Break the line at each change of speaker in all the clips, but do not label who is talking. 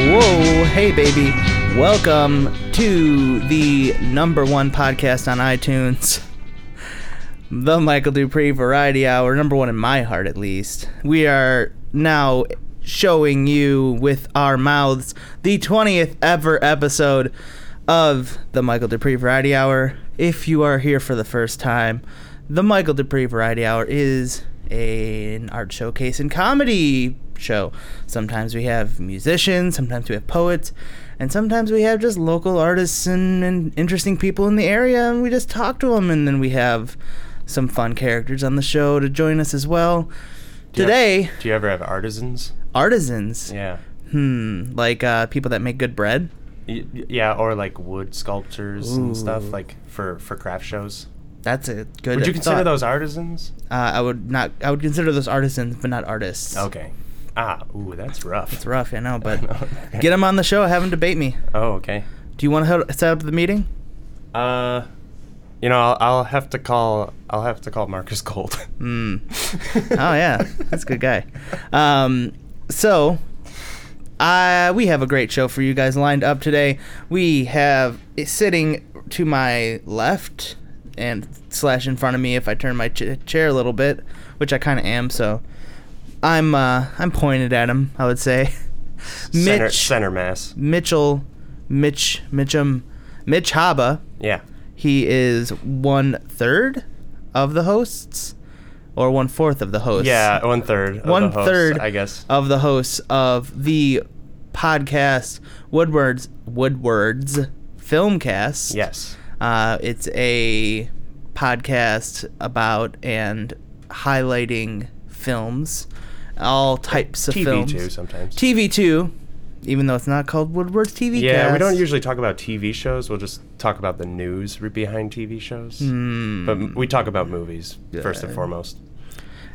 hey, baby. Welcome to the number one podcast on iTunes, the Michael Dupree Variety Hour, number one in my heart at least. We are now showing you with our mouths the 20th ever episode of the Michael Dupree Variety Hour. If you are here for the first time, the Michael Dupree Variety Hour is an art showcase and comedy show. Sometimes we have musicians, sometimes we have poets, and sometimes we have just local artists and, and interesting people in the area, and we just talk to them, and then we have some fun characters on the show to join us as well.
Do you
Today,
ever- do you ever have artisans?
artisans.
Yeah.
Hmm, like uh, people that make good bread.
Y- y- Yeah, or like wood sculptures and
Ooh.
stuff like for for craft shows.
That's a good.
Would you consider
thought.
those artisans?
Uh, I would not. I would consider those artisans, but not artists.
Okay. Ah, ooh, that's rough.
It's rough, I know, but get them on the show. Have them debate me.
Oh, okay.
Do you want to set up the meeting?
Uh, you know, I'll, I'll have to call. I'll have to call Marcus Gold.
Hmm. oh yeah, that's a good guy. Um, so, uh, we have a great show for you guys lined up today. We have sitting to my left and slash in front of me if I turn my ch- chair a little bit, which I kind of am. So, I'm uh, I'm pointed at him. I would say,
Center,
Mitch.
center mass.
Mitchell, Mitch, Mitchum, Mitch Haba.
Yeah.
He is one third of the hosts, or one fourth of the hosts.
Yeah, one third. of the
One
hosts,
third
I guess.
of the hosts of the podcast Woodward's Woodward's Filmcast.
Yes.
Uh, it's a podcast about and highlighting films, all types of
TV
films.
too sometimes.
TV two, even though it's not called Woodward's TV.
yeah, we don't
Cast.
usually talk about TV shows. We'll just talk about the news re- behind TV shows. But m- we talk about movies first and
Yeah.
foremost.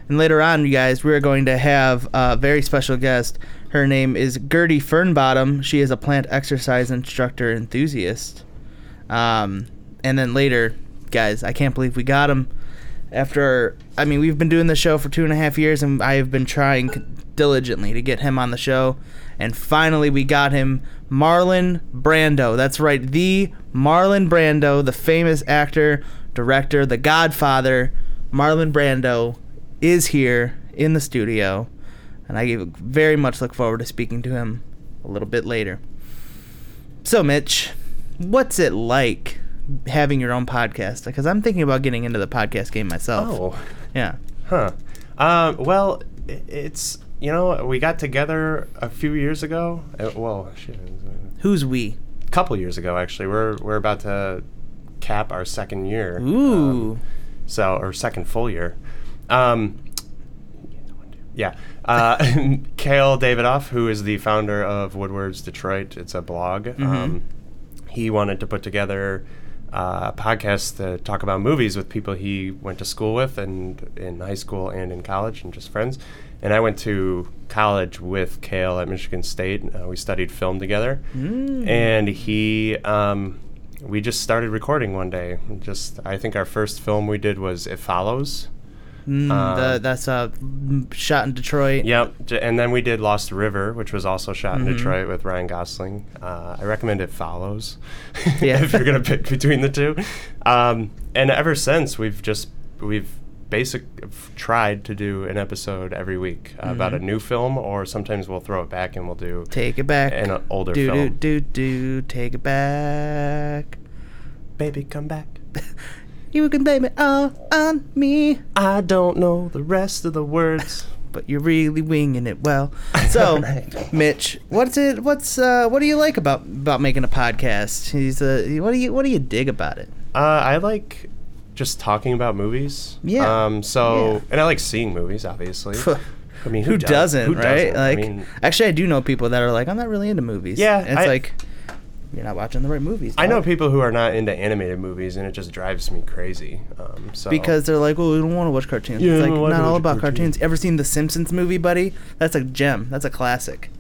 And later on, you guys, we're going to have a very special guest. Her name is Gertie Fernbottom. She is a plant exercise instructor enthusiast. Um, and then later, guys, I can't believe we got him. After, I mean, we've been doing the show for two and a half years, and I have been trying diligently to get him on the show. And finally, we got him, Marlon Brando. That's right, the Marlon Brando, the famous actor, director, the godfather. Marlon Brando is here in the studio, and I very much look forward to speaking to him a little bit later. So, Mitch, what's it like having your own podcast? Because I'm thinking about getting into the podcast game myself.
Oh,
Yeah.
huh. Um, well, i- it's you know we got together a few years ago. Uh, well, shit, it was
Who's we?
a couple years ago actually. We're we're about to cap our second year. um,
Ooh.
so or second full year. Um, yeah, uh, Kale Davidoff, who is the founder of Woodward's Detroit, it's a blog. Um, he wanted to put together uh, podcasts to talk about movies with people he went to school with, and in high school and in college, and just friends. And I went to college with Kale at Michigan State. Uh, we studied film together, and he um, we just started recording one day. Just I think our first film we did was It Follows.
Mm, the,
um,
that's uh, m- shot in Detroit.
Yep, j- and then we did Lost River, which was also shot
Mm-hmm.
in Detroit with Ryan Gosling. Uh, I recommend It Follows
Yeah.
if you're gonna pick between the two. Um, and ever since we've just we've basic f- tried to do an episode every week about a
Mm-hmm.
new film, or sometimes we'll throw it back and we'll do
Take it back.
an uh, older
do,
film.
do, do, do. Take it back.
Baby, come back.
You can blame it all on me,
I don't know the rest of the words.
but you're really winging it well. So,
Right.
Mitch, what's it? What's uh, what do you like about about making a podcast? He's uh, what do you what do you dig about it?
Uh, I like just talking about movies.
Yeah.
Um. So,
Yeah.
and I like seeing movies, obviously. I mean,
who, doesn't,
Who
right?
doesn't?
Like,
I mean,
actually, I do know people that are like, I'm not really into movies.
Yeah,
And it's
I-
like you're not watching the right movies.
I know
dog.
people who are not into animated movies, and it just drives me crazy. Um. So
because they're like, oh, we don't want to watch cartoons.
Yeah,
it's
I
like
don't wanna
not all
watch
about cartoons.
cartoons.
Ever seen the Simpsons movie, buddy? That's a gem. That's a classic.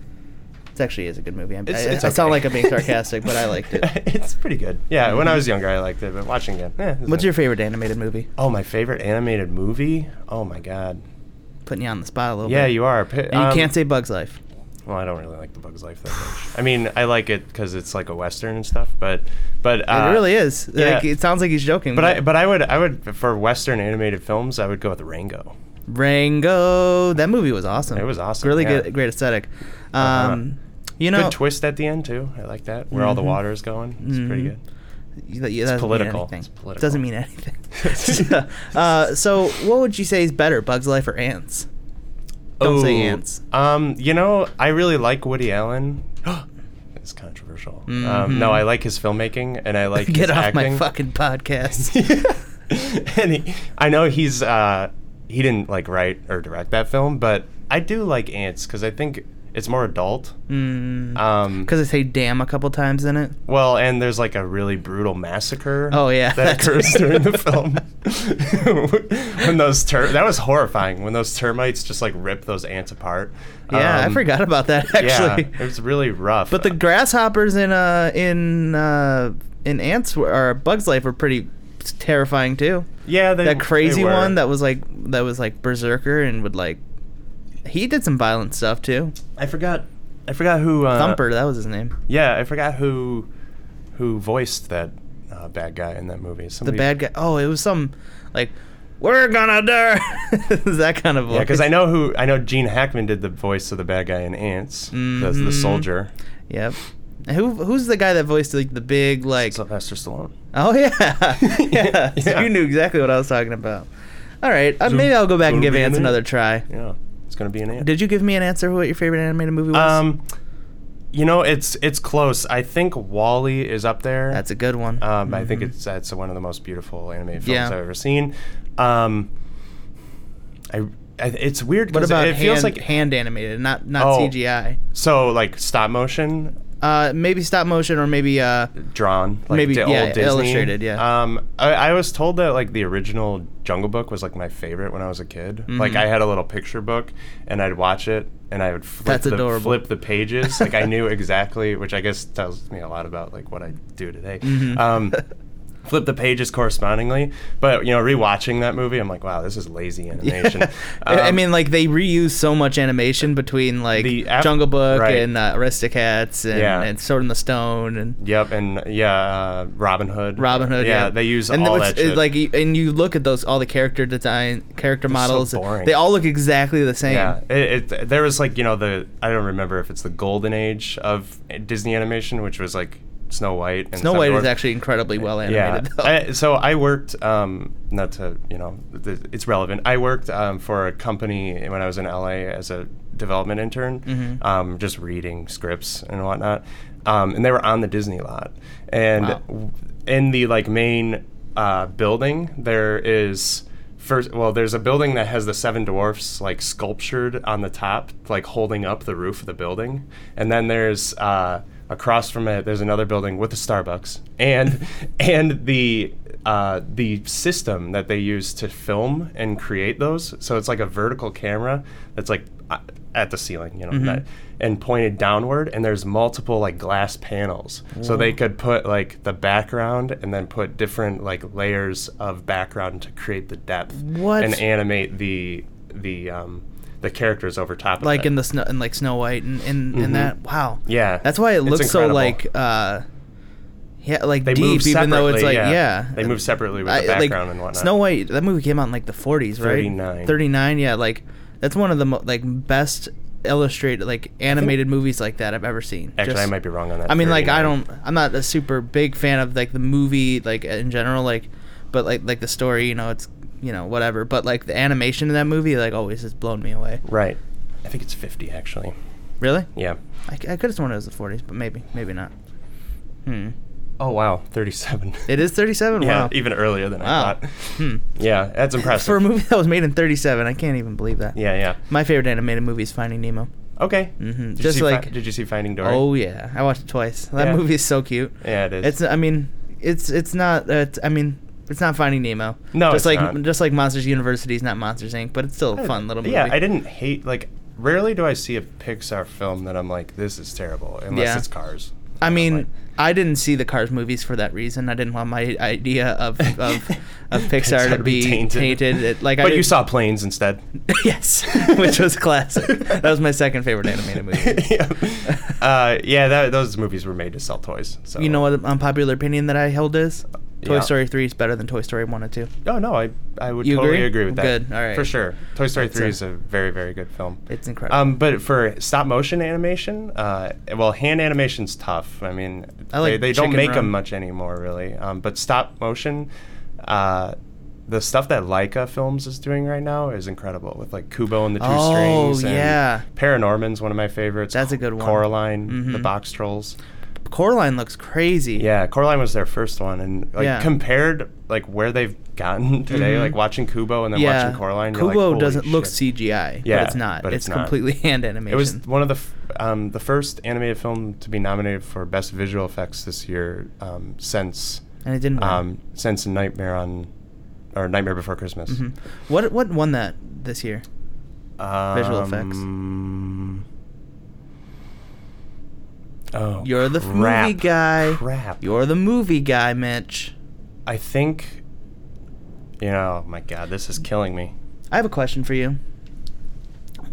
It actually is a good movie. I'm,
It's,
I,
it's
I sound
okay.
like I'm being sarcastic, but I liked it. Mm-hmm.
it's pretty good. Yeah, when I was younger, I liked it, but watching it, eh, it's
What's
fine.
your favorite animated movie?
Oh, my favorite animated movie? Oh my god.
Putting you on the spot a little
Yeah,
bit.
you are. Pi-
And you
um,
can't say Bugs Life.
Well, I don't really like the Bugs Life that much. I mean, I like it because it's like a western and stuff, but but uh,
it really is.
yeah.
Like, it sounds like he's joking.
But I but I would I would for western animated films I would go with Rango.
Rango, that movie was awesome.
It was awesome,
Really
yeah. Uh-huh.
good, great aesthetic. Um, You
Good
know,
twist at the end too. I like that where all the
Mhm.
water is going. It's pretty
Mhm.
good.
You- that- yeah, that doesn't mean
political.
anything.
It's political.
Doesn't mean anything. uh, so, what would you say is better, Bugs Life or Ants? Don't say
Oh,
ants.
Um, you know, I really like Woody Allen. it's controversial. Um, no,
Mhm.
I like his filmmaking and I like his
Get off
acting.
my fucking podcast.
and he, I know he's uh, he didn't like write or direct that film, but I do like Ants because I think it's more adult.
Mm.
Um,
Because I say damn a couple times in it.
well, and there's like a really brutal massacre.
Oh, yeah.
that occurs during the film. when those ter- that was horrifying. When those termites just like rip those ants apart.
Yeah,
Um,
I forgot about that actually.
Yeah, it was really rough.
But the grasshoppers in uh in uh in ants were, or Bugs Life were pretty terrifying too.
yeah, they,
that crazy
they were.
one that was like that was like berserker and would like he did some violent stuff too.
I forgot. I forgot who uh,
Thumper, that was his name.
Yeah, I forgot who who voiced that uh, bad guy in that movie.
The
Somebody,
bad guy. Oh, it was some like we're gonna die. that kind of voice.
Yeah, because I know who I know. Gene Hackman did the voice of the bad guy in Ants, the, the
Mhm.
soldier,
Yep. And Who who's the guy that voiced like the big like
Sylvester Stallone.
Oh yeah, yeah. So
Yeah.
You knew exactly what I was talking about. All right, uh,
So-
maybe I'll go back
so
and give
we can
Ants
do it.
another try.
Yeah, it's gonna be an ant.
Did you give me an answer? What your favorite animated movie was?
um, you know, it's it's close. I think Wally is up there.
That's a good one.
Um, I think
Mhm.
it's that's one of the most beautiful animated films
Yeah.
I've ever seen. Um, I, I it's weird
What
because
about
it feels like
hand animated, not not
Oh.
CGI?
so like stop motion
Uh, maybe stop motion or maybe uh,
drawn, like
Maybe,
the
yeah,
old Disney.
illustrated, yeah.
Um, I, I was told that like the original Jungle Book was like my favorite when I was a kid. Like
Mhm.
I had a little picture book, and I'd watch it, and I would flip
That's
the,
adorable.
flip the pages. like I knew exactly, which I guess tells me a lot about like what I do today.
Mhm.
Um, flip the pages correspondingly, but you know, rewatching that movie, I'm like, wow, this is lazy animation.
I- I
Um,
mean, like they reuse so much animation between like
The app-
Jungle Book
right.
and uh, Aristocats and,
Yeah.
and Sword in the Stone and
Yep, and yeah, uh, Robin Hood.
Robin Hood. Yeah,
they use
and
all
what's-
that.
it-
Shit.
Like, y- and you look at those all the character design, character
so
models.
boring.
They all look exactly the same.
Yeah, it, it, there was like you know the I don't remember if it's the golden age of Disney animation, which was like Snow White. And
Snow
Thumb
White is
Dwarf.
actually incredibly well
yeah.
animated. though.
I, so I worked um, not to you know th- it's relevant. I worked um, for a company when I was in LA as a development intern,
Mhm.
um, just reading scripts and whatnot, um, and they were on the Disney lot, and
Wow.
w- in the like main uh, building there is first well there's a building that has the seven dwarfs like sculptured on the top like holding up the roof of the building and then there's uh, across from it there's another building with a starbucks and and the uh, the system that they use to film and create those so it's like a vertical camera that's like uh, at the ceiling you know not- and pointed downward and there's multiple like glass panels so they could put like the background and then put different like layers of background to create the depth
What?
and animate the the um the characters over top
like
of it.
in the snow in like Snow White and in,
Mm-hmm.
in that. Wow.
yeah
That's why it
it's
looks so
incredible.
like uh yeah, like
They move
deep, even though it's like
separately,
yeah,
yeah. They move separately with the
like,
background and whatnot.
Snow White, that movie came out in like the 40s, right?
39.
39, yeah. Like that's one of the mo- like best illustrated like animated movies like that I've ever seen.
actually
Just-
i might be wrong on that
I mean, like I
39.
don't, I'm not a super big fan of like the movie, like in general, like, but like like the story, you know, it's you know whatever, but like the animation in that movie, like always has blown me away.
right i think it's 50 actually
Really?
yeah
I, could have sworn it was the 40s, but maybe, maybe not. Hmm.
oh wow 37
It is 37.
yeah
wow.
even earlier than i
Wow.
thought
Hmm.
yeah that's impressive
For a movie that was made in 37, I can't even believe that.
yeah yeah
My favorite animated movie is Finding Nemo.
okay
Mhm.
did
Just
you see Fi-
like-
did you see finding dory
Oh yeah, I watched it twice. That
Yeah.
movie is so cute.
yeah it is
It's. I mean, it's. It's not. Uh, it's, I mean, it's not Finding Nemo.
No,
just
it's
like
not.
just like Monsters University is not Monsters Inc., but it's still a fun little movie.
Yeah, I didn't hate like. Rarely do I see a Pixar film that I'm like, this is terrible, unless
Yeah.
it's Cars.
I mean,
like-
I didn't see the Cars movies for that reason. I didn't want my idea of of, of Pixar,
Pixar
to
to
be
be
tainted.
tainted.
It- Like, I
But you
didn't-
saw planes instead.
yes, which was classic. That was my second favorite animated movie.
yeah, uh, yeah that, those movies were made to sell toys. So
You know what an unpopular opinion that I held is? Toy
Yeah.
Story 3 is better than Toy Story 1 and 2.
Oh no, I I would
You
totally
agree?
agree? with that.
Good, all right.
for sure. Toy Story
That's
Three
a-
is a very very good film.
It's incredible.
Um, but for stop motion animation, uh, well, hand animation's tough. I mean,
I like
they, they don't
Chicken
make
Run.
them much anymore, really. Um, but stop motion, uh, the stuff that Leica Films is doing right now is incredible. With like Kubo and the Two
Oh,
Strings. and
yeah.
Paranorman's one of my favorites.
That's a good one.
Coraline, the
Mhm.
Box Trolls.
Coraline looks crazy.
Yeah, Coraline was their first one, and like
Yeah.
compared like where they've gotten today,
Mhm.
like watching Kubo and then
Yeah.
watching Coraline. you're like,
Kubo
"Holy
doesn't look
shit."
CGI, but
Yeah,
it's not.
but
it's
it's not.
completely hand animation.
It was one of the f- um, the first animated film to be nominated for best visual effects this year um, since
and it didn't win.
um, since Nightmare on or Nightmare Before Christmas.
Mhm. What what won that this year? Visual effects.
Um, Oh,
You're the f-
crap,
movie guy.
Crap.
You're the movie guy, Mitch.
I think. You know, oh my God, this is killing me.
I have a question for you.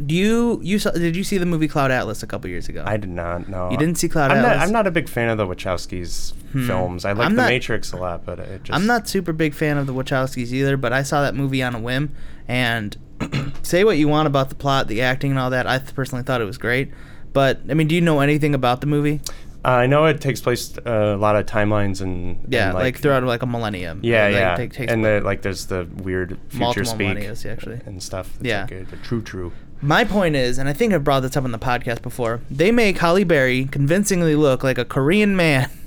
Do you you saw, did you see the movie Cloud Atlas a couple years ago?
I did not know.
You didn't see Cloud
I'm
Atlas?
Not, I'm not a big fan of the Wachowskis
Hmm.
films. I like
I'm
The
not-
Matrix a lot, but it just
I'm not super big fan of the Wachowskis either, but I saw that movie on a whim. And say what you want about the plot, the acting, and all that. I th- personally thought it was great. But I mean, do you know anything about the movie?
Uh, I know it takes place uh, a lot of timelines and
Yeah,
and,
like, throughout like a millennium.
yeah
Like,
yeah,
take- takes-
and the, like there's the weird future
Multiple
speak
millennials, actually.
and stuff. That's
Yeah.
like a, a true true.
My point is, and I think I've brought this up on the podcast before, they make Holly Berry convincingly look like a Korean man.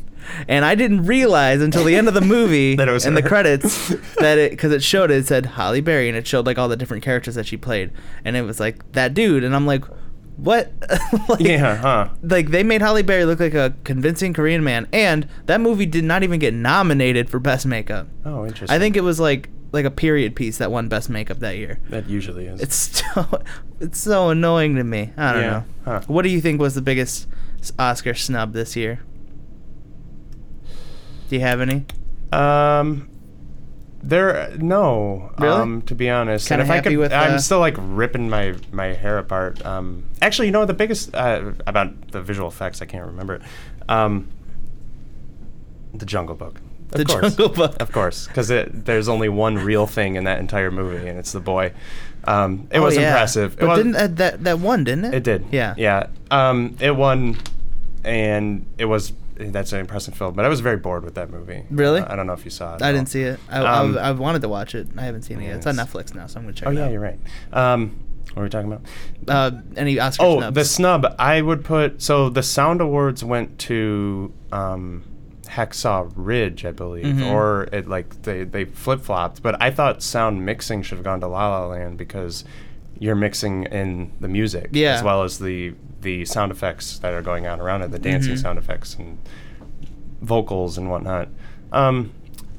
And I didn't realize until the end of the movie
That it was
and the
her.
credits that it, because it showed it said Holly Berry and it showed like all the different characters that she played. And it was like that dude. And I'm like, what? like,
Yeah, huh?
Like they made Holly Berry look like a convincing Korean man. And that movie did not even get nominated for Best Makeup.
Oh, interesting.
I think it was like like a period piece that won Best Makeup that year.
that usually is.
It's so it's so annoying to me. I don't
Yeah,
know.
huh.
What do you think was the biggest s- Oscar snub this year? Do you have any?
Um, there no.
Really?
Um, to be honest,
Kinda
and if I
happy
could,
with, uh,
I'm still like ripping my my hair apart. Um, actually, you know the biggest uh, about the visual effects, I can't remember. it. Um, the Jungle Book. Of
The
course.
Jungle Book.
of course, because there's only one real thing in that entire movie, and it's the boy. Um, it
Oh,
was
yeah.
impressive.
But
it was,
didn't that, that that one didn't it?
it did.
Yeah.
Yeah. Um, it won, and it was that's an impressive film. But I was very bored with that movie.
Really?
Uh, I don't know if you saw it.
I
at
didn't
all.
see it. I,
Um,
I, I wanted to watch it. I haven't seen it yet. It's on
yes.
Netflix now, so I'm gonna check.
Oh
it
yeah,
out.
you're right. Um, what were we talking about?
Uh, any Oscar
oh,
snubs?
the snub. I would put so the sound awards went to um, Hacksaw Ridge, I believe,
Mhm.
or it like they they flip flopped. But I thought sound mixing should have gone to La La Land because you're mixing in the music
Yeah.
as well as the the sound effects that are going on around it, the dancing
Mhm.
sound effects and vocals and whatnot. Um,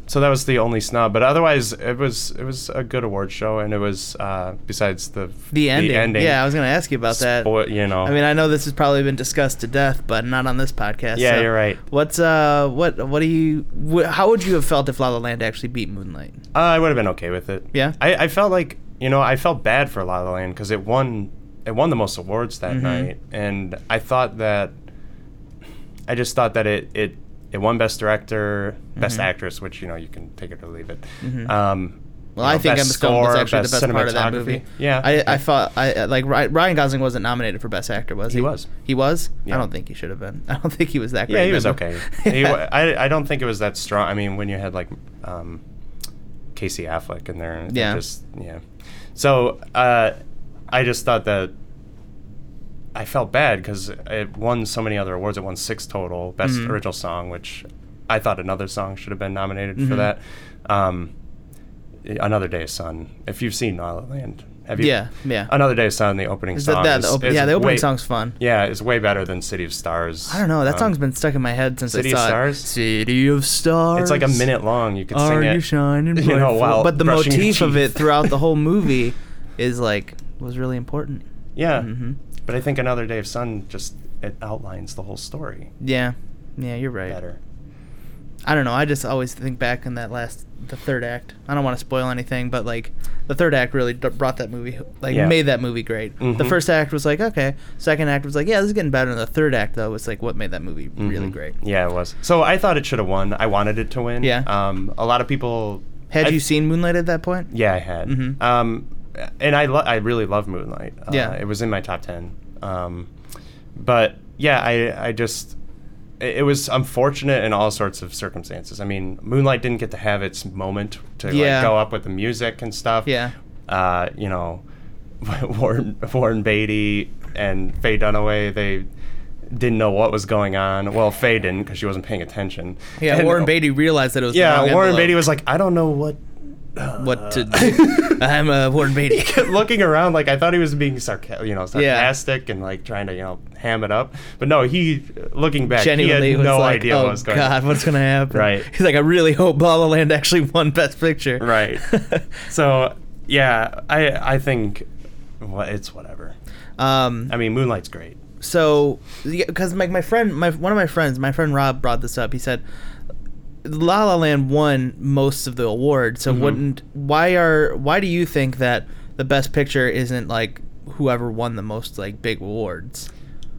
so that was the only snub, but otherwise it was it was a good award show, and it was uh, besides the
the ending. Yeah, I was gonna ask you about that.
Spoil- you know,
I mean, I know this has probably been discussed to death, but not on this podcast.
Yeah,
so
you're right.
What's uh, what, what do you, wh- how would you have felt if La La Land actually beat Moonlight?
Uh, I would have been okay with it.
Yeah?
I, I felt like you know I felt bad for La La Land because it won it won the most awards that
Mhm.
night, and I thought that I just thought that it it it won Best Director, Best
Mhm.
Actress, which you know you can take it or leave it.
Mhm.
Um,
Well,
you
I
know,
think
Best
Emma Stone was
Score,
actually the best part of that
Cinematography.
movie.
Yeah,
I, I thought I like Ry- Ryan Gosling wasn't nominated for Best Actor, was he?
He was.
He was. I
Yeah.
don't think he should have been. I don't think he was that great.
yeah, he was
remember?
okay.
Yeah.
He wa- I I don't think it was that strong. I mean, when you had like um, Casey Affleck in there, it
Yeah.
just yeah. So uh, I just thought that I felt bad because it won so many other awards. It won six total: best
Mhm.
original song, which I thought another song should have been nominated for
Mhm.
that. Um, Another Day, Sun. If you've seen La La Land, have you?
Yeah, yeah.
Another Day, Sun. The opening
Is that,
song.
that
is-
the op-
is
yeah, the opening
way-
song's fun.
Yeah, it's way better than City of Stars.
I don't know. That
Um,
song's been stuck in my head since
City
I
of
saw
Stars?
it. City of Stars.
It's like a minute long. You could
Are
sing it.
you shining
you know,
bright?
while
but the
brushing your
motif of it
teeth.
throughout the whole movie is like was really important.
yeah,
Mhm.
but I think Another Day of Sun just it outlines the whole story.
Yeah. Yeah, you're right.
better.
I don't know. I just always think back in that last, the third act. I don't want to spoil anything, but like the third act really d- brought that movie, like
Yeah.
made that movie great. The
Mhm.
first act was like okay. Second act was like yeah, this is getting better. And the third act though was like what made that movie really
Mhm.
great.
Yeah, it was. So I thought it should have won. I wanted it to win.
Yeah.
Um, a lot of people.
Had
I-
you seen Moonlight at that point?
Yeah, I had.
Mhm.
Um, and I lo- I really love Moonlight. Uh,
Yeah.
it was in my top ten. Um, but yeah, I I just it it was unfortunate in all sorts of circumstances. I mean, Moonlight didn't get to have its moment to
Yeah.
like, go up with the music and stuff.
Yeah.
Uh, you know, Warren Warren Beatty and Faye Dunaway they didn't know what was going on. Well, Faye didn't because she wasn't paying attention.
Yeah,
And-
Warren Beatty realized that it was the
Yeah,
wrong
Warren
envelope.
Beatty was like, I don't know what
what to do. I'm uh, Warren Beatty.
kept looking around like I thought he was being sarcastic, you know,
Yeah.
sarcastic and like trying to you know ham it up. But no, he looking back,
Genuinely
he had
was
no
like,
idea
oh
what was going
God,
on.
what's gonna happen?
Right.
He's like, I really hope La La Land actually won Best Picture.
Right. so yeah, I I think well, it's whatever.
um.
I mean, Moonlight's great.
so because my, my friend my one of my friends my friend rob brought this up he said la la land won most of the awards so
Mm-hmm.
wouldn't why are why do you think that the best picture isn't like whoever won the most like big awards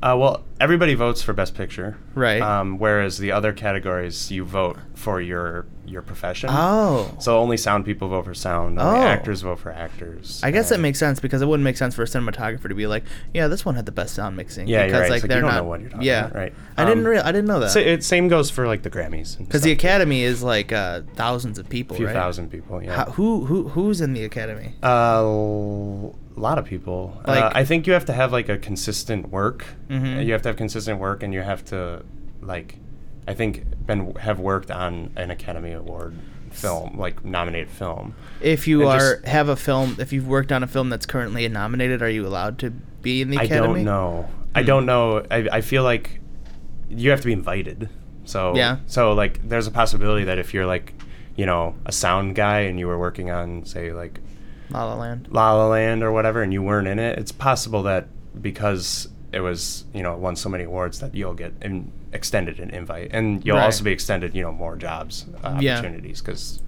Uh, well, everybody votes for Best Picture,
Right.
Um, whereas the other categories, you vote for your your profession.
oh
So only sound people vote for sound. Only
Oh.
actors vote for actors.
I guess that
and-
makes sense because it wouldn't make sense for a cinematographer to be like, yeah, this one had the best sound mixing.
Yeah, you're
because
right.
like
It's like,
they're
you don't
not.
know what you're talking
yeah,
about, right.
I didn't
Um,
real I didn't know that
Sa- it, same goes for like the Grammys.
because the Academy is like uh, thousands of people,
a few
right?
thousand people. Yeah.
How, who who who's in the Academy?
Uh, l- a lot of people. uh,
Like-
I think you have to have like a consistent work.
Mhm.
You have to have consistent work, and you have to like, I think, been have worked on an Academy Award film, like nominated film.
If you
And
are
just-
have a film, if you've worked on a film that's currently nominated, are you allowed to be in the Academy?
I don't know. I don't know. I, I feel like you have to be invited. So
Yeah.
So like, there's a possibility that if you're like, you know, a sound guy and you were working on, say, like
La La Land.
La La Land or whatever, and you weren't in it, it's possible that because it was, you know, it won so many awards that you'll get an extended an invite, and you'll
Right.
also be extended, you know, more jobs uh,
Yeah.
opportunities because,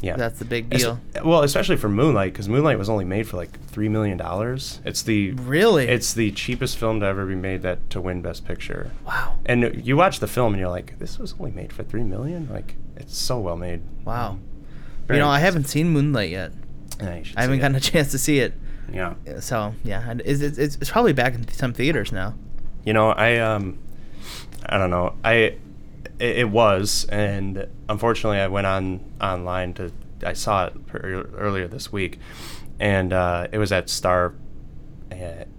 yeah,
That's the big
Es-
deal.
well, especially for Moonlight, because Moonlight was only made for like three million dollars. It's the
Really?
it's the cheapest film to ever be made that to win Best Picture.
wow.
And you watch the film and you're like, this was only made for three million. Like, it's so well made.
Wow.
Very-
you know, I haven't seen Moonlight yet.
Yeah, you should
I haven't
see
gotten a
it.
chance to see it.
Yeah.
So yeah, and is it's, it's it's probably back in some theaters now.
You know, I um, I don't know. I it, it was, and unfortunately, I went on online to I saw it per, earlier this week, and uh, it was at Star uh,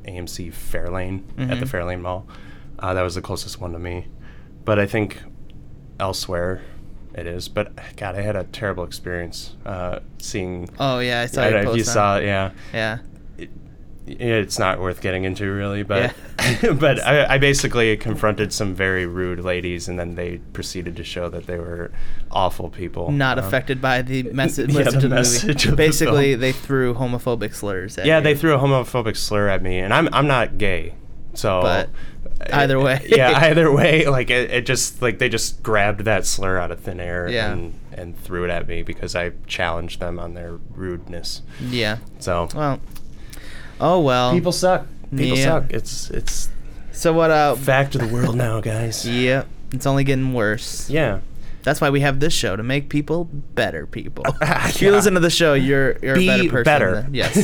AMC Fairlane at the
Mhm.
Fairlane Mall. Uh, that was the closest one to me, but I think elsewhere it is. But God, I had a terrible experience uh, seeing.
Oh yeah, I saw.
I
your
don't know if
post
you
on
saw,
it.
it, yeah
Yeah.
it, it's not worth getting into really but
Yeah.
but I, I basically confronted some very rude ladies and then they proceeded to show that they were awful people
Not
Um,
affected by the message.
yeah,
message
the
of the
message
movie.
of the
Basically,
film.
they threw homophobic slurs. At
yeah
you.
they threw a homophobic slur at me and i'm i'm not gay so
But either way.
yeah either way like it, it just like they just grabbed that slur out of thin air
Yeah.
and and threw it at me because i challenged them on their rudeness
Yeah.
so
Well. Oh well.
people suck people
Yeah.
suck it's it's
So what? Uh.
back to the world now guys
Yep. It's only getting worse.
yeah
That's why we have this show to make people better people. If you
Yeah.
listen to the show, you're you're a better person. than- yes.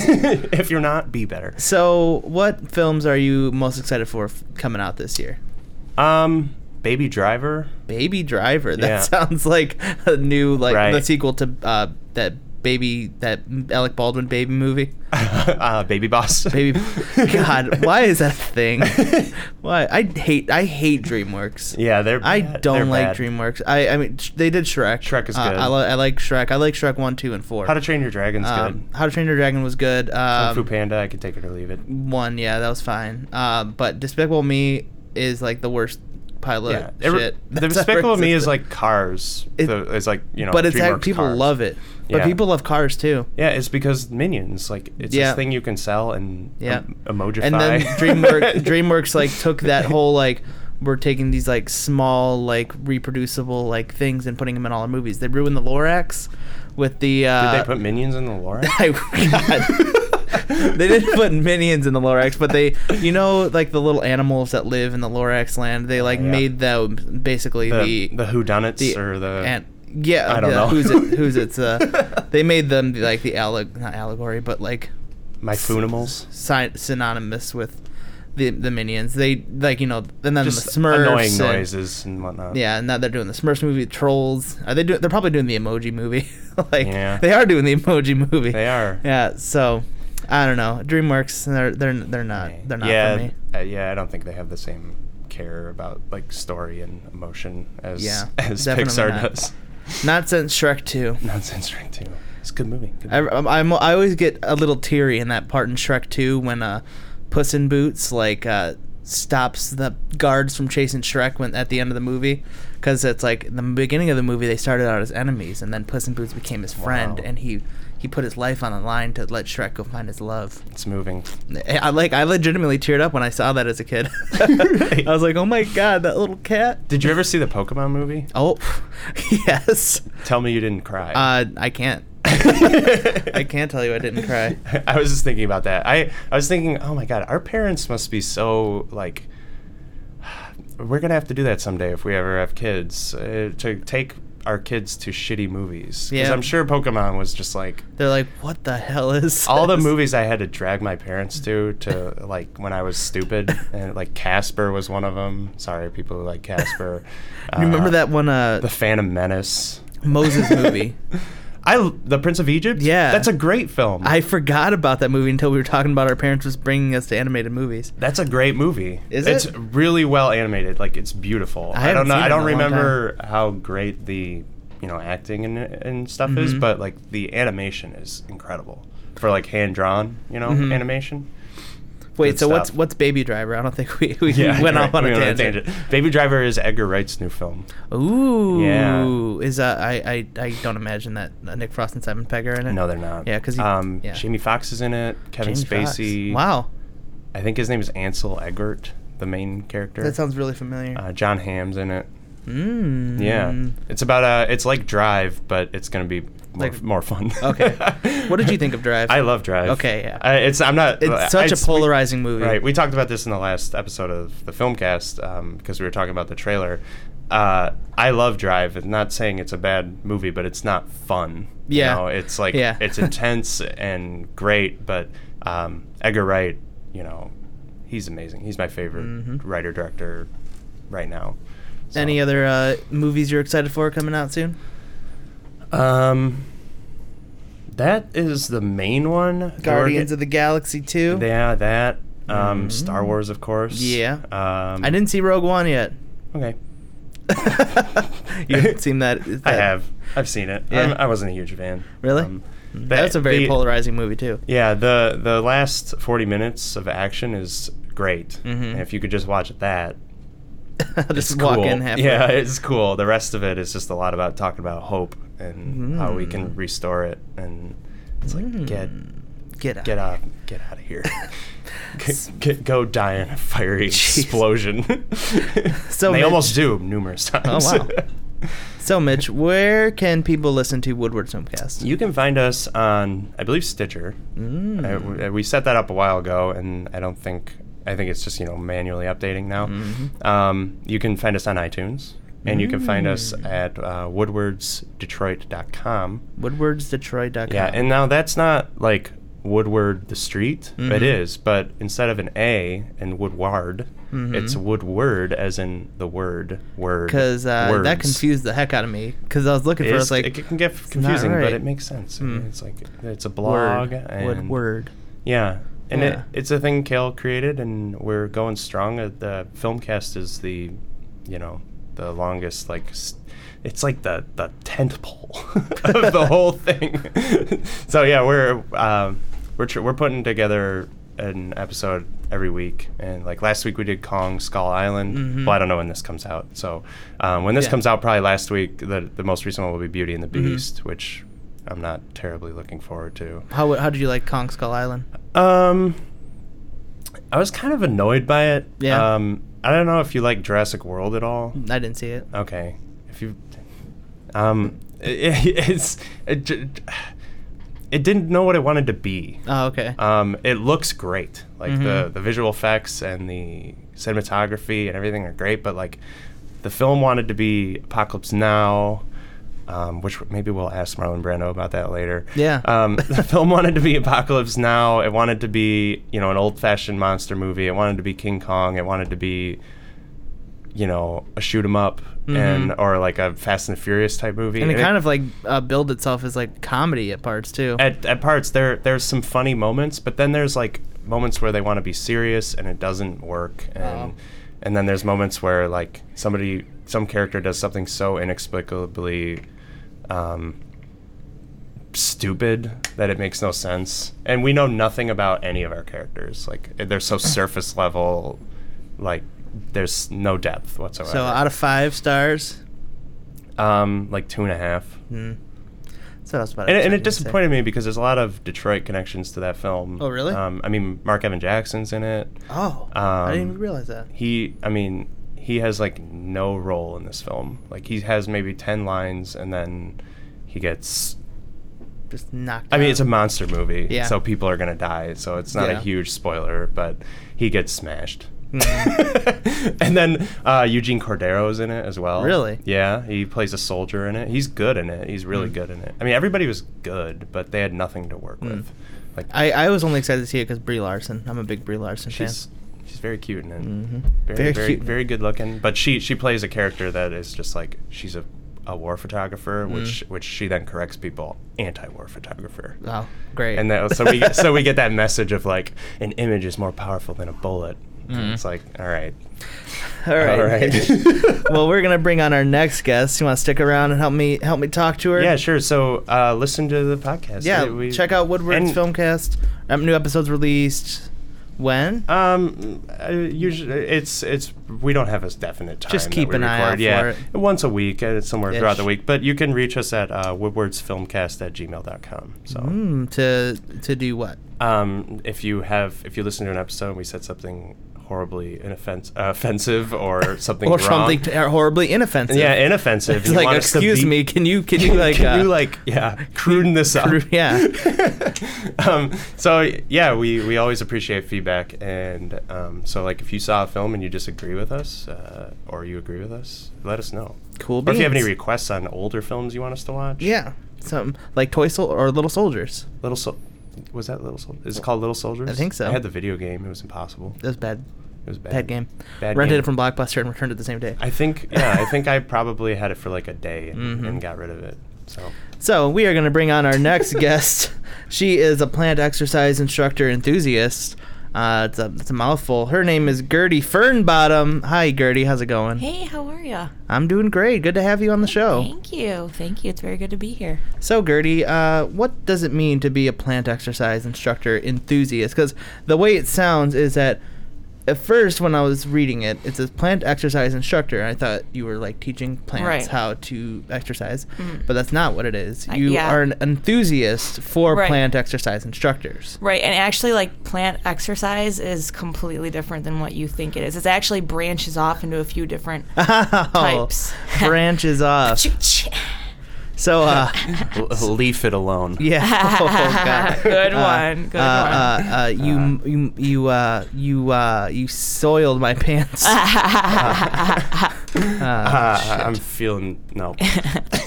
if you're not, be better.
so, what films are you most excited for f- coming out this year?
Um, Baby Driver.
Baby Driver. That
Yeah.
sounds like a new like
Right.
the sequel to uh, that baby that Alec Baldwin baby movie.
uh, Baby Boss.
Baby God, why is that a thing? Why I hate I hate DreamWorks.
Yeah, they're.
I
bad-
don't
they're
like
bad.
DreamWorks. I I mean sh- they did Shrek.
Shrek is
Uh,
good.
I, li- I like Shrek. I like Shrek one, two, and four.
How to Train Your Dragon's
um, How to Train Your Dragon was good.
good.
Um,
Kung Fu Panda, I can take it or leave it.
one, yeah, that was fine. Uh, but Despicable Me is like the worst pile of
Yeah, it re-
shit.
the
that's ever
Despicable Me is
existed.
like Cars.
It-
The- it's like you know,
but it's
DreamWorks
act- people
Cars.
love it. But
Yeah.
people love cars too.
Yeah, it's because Minions, like it's
Yeah.
this thing you can sell and
Yeah.
um, emojify.
And then DreamWorks, DreamWorks like took that whole like were taking these like small, like reproducible like things and putting them in all our movies. They ruined the Lorax with the. Uh,
Did they put minions in the lore?
I, God. they didn't put minions in the Lorax, but they, you know, like the little animals that live in the Lorax land. They like
Yeah.
made them basically
the
the,
the whodunits
the
or the
and yeah,
I don't
yeah,
know.
who's it? Who's it's? Uh, they made them like the alleg not allegory, but like
my funimals.
sy- synonymous with the the minions. They like you know, and then
Just
the Smurfs.
annoying
and-
noises and whatnot.
Yeah, and now they're doing the Smurfs movie, Trolls. Are they doing? They're probably doing the Emoji movie. like
Yeah.
they are doing the Emoji movie.
They are.
Yeah. So I don't know. DreamWorks. They're they're they're not they're not
yeah,
for me.
uh, yeah, I don't think they have the same care about like story and emotion as
Yeah,
as
definitely
Pixar
not.
does.
Not since um, Shrek Two.
Nonsense Ring Two. It's a good movie. Good
I,
movie.
I'm, I'm- I always get a little teary in that part in Shrek 2 when uh, Puss in Boots like uh, stops the guards from chasing Shrek when at the end of the movie because it's like in the beginning of the movie they started out as enemies and then Puss in Boots became his friend
Wow.
and he he put his life on the line to let Shrek go find his love. Eh,
It's moving.
I I, like I legitimately teared up when I saw that as a kid. I was like, oh my god, that little cat.
Did you ever see the Pokemon movie?
Oh, yes.
Tell me you didn't cry.
Uh, I can't. I can't tell you I didn't cry.
I was just thinking about that. I, I was thinking, oh my god, our parents must be so like. We're gonna have to do that someday if we ever have kids uh, to take our kids to shitty movies. Because
Yeah.
I'm sure Pokemon was just like
They're like, what the hell is
all the
this?"
movies I had to drag my parents to to like when I was stupid and like Casper was one of them. Sorry, people who like Casper.
You remember
Uh,
that one uh,
the Phantom Menace.
Moses movie?
I l- the Prince of Egypt.
Yeah.
that's a great film.
I forgot about that movie until we were talking about our parents was bringing us to animated movies.
That's a great movie.
Is
it's
it?
really well animated. Like it's beautiful. I,
haven't
don't know.
seen it
I
in
don't
a long time.
remember how great the you know acting and and stuff is,
Mm-hmm.
but like the animation is incredible for like hand drawn you know
Mm-hmm.
animation.
Wait,
Good
so what's
stuff.
what's Baby Driver? I don't think we, we went
you're
off
right.
on
We
a
went
tangent.
Baby Driver is Edgar Wright's new film.
Ooh,
Yeah.
is uh, I, I I don't imagine that uh, Nick Frost and Simon Pegg are in it.
No, they're not.
Yeah, 'cause he-
um,
yeah.
Jamie Foxx is in it. Kevin
Jamie Foxx.
Spacey.
Wow,
I think his name is Ansel Egbert, the main character.
that sounds really familiar.
uh, John Hamm's in it.
mm.
Yeah, it's about uh It's like Drive, but it's gonna be more,
Like-
more fun.
Okay. What did you think of Drive?
I love Drive.
Okay, yeah.
I, it's I'm not.
It's such
a
a polarizing movie.
Right. We talked about this in the last episode of the Filmcast because we were talking about the trailer. Uh, I love Drive. and not saying it's a bad movie, but it's not fun. you
Yeah.
know? It's like
Yeah.
it's intense and great, but um, Edgar Wright, you know, he's amazing. He's my favorite writer director right now.
Mm-hmm.
So-
Any other uh, movies you're excited for coming out soon?
Um, that is the main one. They were
Guardians
get-
of the Galaxy Two.
Yeah, that. Um, Star Wars, of course.
Yeah.
Um,
I didn't see Rogue One yet.
Okay.
you haven't seen that, that?
I have. I've seen it.
Yeah.
I'm- I wasn't a huge fan.
Really? Hmm. Mm,
that-
That's a very
the-
polarizing movie too.
Yeah, the the last 40 minutes of action is great. And if you could just watch that,
I'll Mm-hmm. just
it's
walk
cool.
in halfway.
Yeah, it's cool. The rest of it is just a lot about talking about hope and how we can
Mm.
restore it. And it's like,
Hmm.
get
Get out.
get out get out of here G- g- go die in a fiery
Jeez.
explosion
So
they
Mitch-
almost do numerous times
wow. So Mitch, where can people listen to Woodward's Homecast?
you can find us on i believe stitcher
Mm.
I- w- uh, we set that up a while ago and i don't think i think it's just you know manually updating now
Mhm.
um, you can find us on itunes and you can find us
Mm.
at uh, woodwardsdetroit.com
WoodwardsDetroit.com.
Yeah, and now that's not like Woodward the street. It
Mhm.
is, but instead of an A in Woodward,
Mm-hmm.
it's Woodward as in the word word.
because uh, that
words.
confused the heck out of me because I was looking for it.
It
I
is-
was like
it can get
not
confusing,
right.
but it makes sense.
Mm.
It's like it's a
word,
blog and
Woodward.
Yeah. And
Yeah.
It, it's a thing Kale created and we're going strong. Uh, The filmcast is the you know, the longest like s- it's like the the tent pole of the whole thing. so yeah, we're um, we're tr- we're putting together an episode every week, and like last week we did Kong Skull Island.
Mhm.
Well, I don't know when this comes out. So um, when this
Yeah. Mm-hmm.
comes out, probably last week, the the most recent one will be Beauty and the Beast, which I'm not terribly looking forward to.
How how did you like Kong Skull Island?
Um, I was kind of annoyed by it.
Yeah. Mm.
Um, I don't know if you like Jurassic World at all.
I didn't see it.
Okay, if you, um, it, it's it, j- it didn't know what it wanted to be.
Oh, okay. Mm-hmm.
Um, it looks great. Like the the visual effects and the cinematography and everything are great, but like the film wanted to be Apocalypse Now, um, which maybe we'll ask Marlon Brando about that later.
Yeah.
Um, the film wanted to be Apocalypse Now. It wanted to be you know an old fashioned monster movie. It wanted to be King Kong. It wanted to be you know a shoot 'em up and or like a Fast and the Furious type movie.
Mm-hmm. and it kind of like uh, build itself as like comedy at parts too.
at, at parts there there's some funny moments but then there's like moments where they want to be serious and it doesn't work and
Oh.
and then there's moments where like somebody some character does something so inexplicably um stupid that it makes no sense and we know nothing about any of our characters like they're so surface level like there's no depth whatsoever
so out of five stars,
um like two and a half
hmm. that's what I was about.
and,
to
it- and it
gonna say.
disappointed me because there's a lot of Detroit connections to that film.
Oh, really?
Um, I mean, Mark Evan Jackson's in it.
Oh, I didn't even
Um,
realize that.
He, I mean, he has like no role in this film. Like he has maybe ten lines, and then he gets.
Just knocked.
I mean, it's a
out.
monster movie,
Yeah.
so people are gonna die. So it's not
Yeah.
a huge spoiler, but he gets smashed.
Mhm.
and then uh, Eugene Cordero's in it as well.
Really?
Yeah, he plays a soldier in it. He's good in it. He's really
Mm.
good in it. I mean, everybody was good, but they had nothing to
Hmm.
work with. Like
I, I was only excited to see it because Brie Larson. I'm a big Brie Larson
she's she's very cute in it.
fan.
Very
Mm-hmm. Very
very
cute.
very good looking. But she she plays a character that is just like she's a a war photographer,
Mm-hmm.
which which she then corrects people anti-war photographer.
Wow, Oh, great.
And that, so we get, so we get that message of like an image is more powerful than a bullet.
Mm.
It's like all right,
All right.
all right.
well, we're gonna bring on our next guest. You want to stick around and help me help me talk to her?
Yeah, sure. So uh, listen to the podcast.
Yeah.
We- we-
check out Woodward's
and,
Filmcast. Um, new episodes released when?
Um, uh, usually it's it's we don't have a definite time.
Just
that
keep
we
an eye out
record. yeah,
for it.
Once a week, uh, somewhere
Ish.
throughout the week. But you can reach us at uh, woodwardsfilmcast at gmail.com. So
Hmm, to to do what?
um, if you have if you listen to an episode and we said something horribly inoffens- uh, offensive or something
Or
wrong,
something t- horribly inoffensive.
yeah, inoffensive.
It's
and you
like,
want us to
excuse
beat-
me, can you can you like
can
uh,
you like yeah cruden this up
crude- yeah.
um, so yeah we we always appreciate feedback and um, so like if you saw a film and you disagree with us uh, or you agree with us let us know
cool?
or if you have any
beans.
requests on older films you want us to watch
yeah, something like Toy Sol or Little Soldiers.
little so was that little soldier is it called little soldiers
I think so.
i had the video game it was impossible
That was bad.
it was bad
Bad game.
Bad
Rented
game.
it from Blockbuster and returned it the same day.
i think yeah i think i probably had it for like a day and,
Mhm.
and got rid of it so
So we are going to bring on our next guest. She is a plant exercise instructor enthusiast. Uh, it's, a, it's a mouthful. Her name is Gertie Fernbottom. Hi, Gertie. How's it going?
Hey, how are ya?
I'm doing great. Good to have you on the show.
Thank you. Thank you. It's very good to be here.
So, Gertie, uh, what does it mean to be a plant exercise instructor enthusiast? Because the way it sounds is that at first, when I was reading it, it says plant exercise instructor. And I thought you were like teaching plants
Right.
how to exercise, but that's not what it is.
I-
You
yeah.
are an enthusiast for
Right.
plant exercise instructors.
Right, and actually, like plant exercise is completely different than what you think it is. It actually branches off into a few different. Types.
Oh, branches off. So, uh,
leave it alone
yeah. Oh, God.
good one. Good
uh, uh, uh, you, you, you, uh, you, uh, you soiled my pants. Uh,
Uh, I'm feeling no.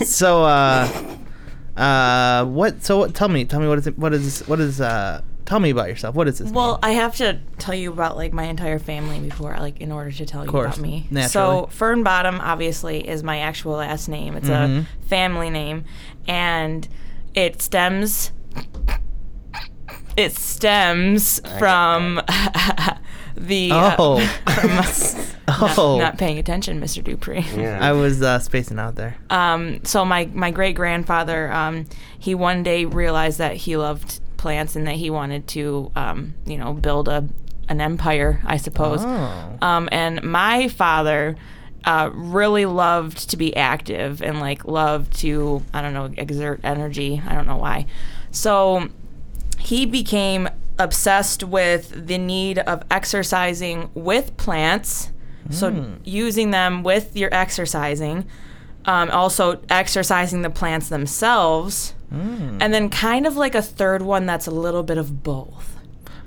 so, uh, uh, what? So, what, tell me, tell me what is it? What is? What is? Uh, tell me about yourself. What is this?
one. Well, I have to tell you about like my entire family before, like, in order to tell you
course,
about me.
naturally.
So Fernbottom obviously is my actual last name. It's
Mhm.
a family name, and it stems. It stems from the. uh,
Oh.
from-
oh,
not paying attention, Mr. Dupree.
I was uh, spacing out there.
Um, so my my great grandfather, um, he one day realized that he loved plants and that he wanted to, um, you know, build a an empire, I suppose.
Oh.
Um, and my father. Uh, really loved to be active and like loved to I don't know exert energy I don't know why, so he became obsessed with the need of exercising with plants So using them with your exercising, um, also exercising the plants themselves, and then kind of like a third one that's a little bit of both.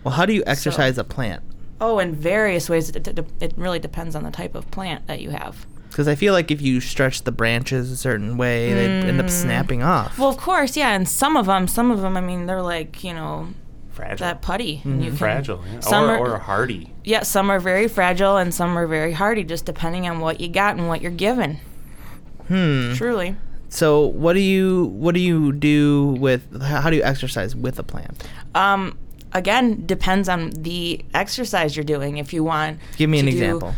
Well, how do you exercise a plant?
Oh, in various ways. It, it, it really depends on the type of plant that you have.
Because I feel like if you stretch the branches a certain way, they end up snapping off.
Mm. Well, of course, yeah. And some of them, some of them, I mean, they're like you know
Fragile.
that putty.
Mm-hmm.
and You can,
Fragile. Yeah.
Some
or,
are-
or hardy.
Yeah, some are very fragile and some are very hardy, just depending on what you got and what you're given. Hmm. Truly.
so what do you what do you do with h- how do you exercise with a plant?
Um, again, depends on the exercise you're doing. If you want,
Give me an
to do-
example.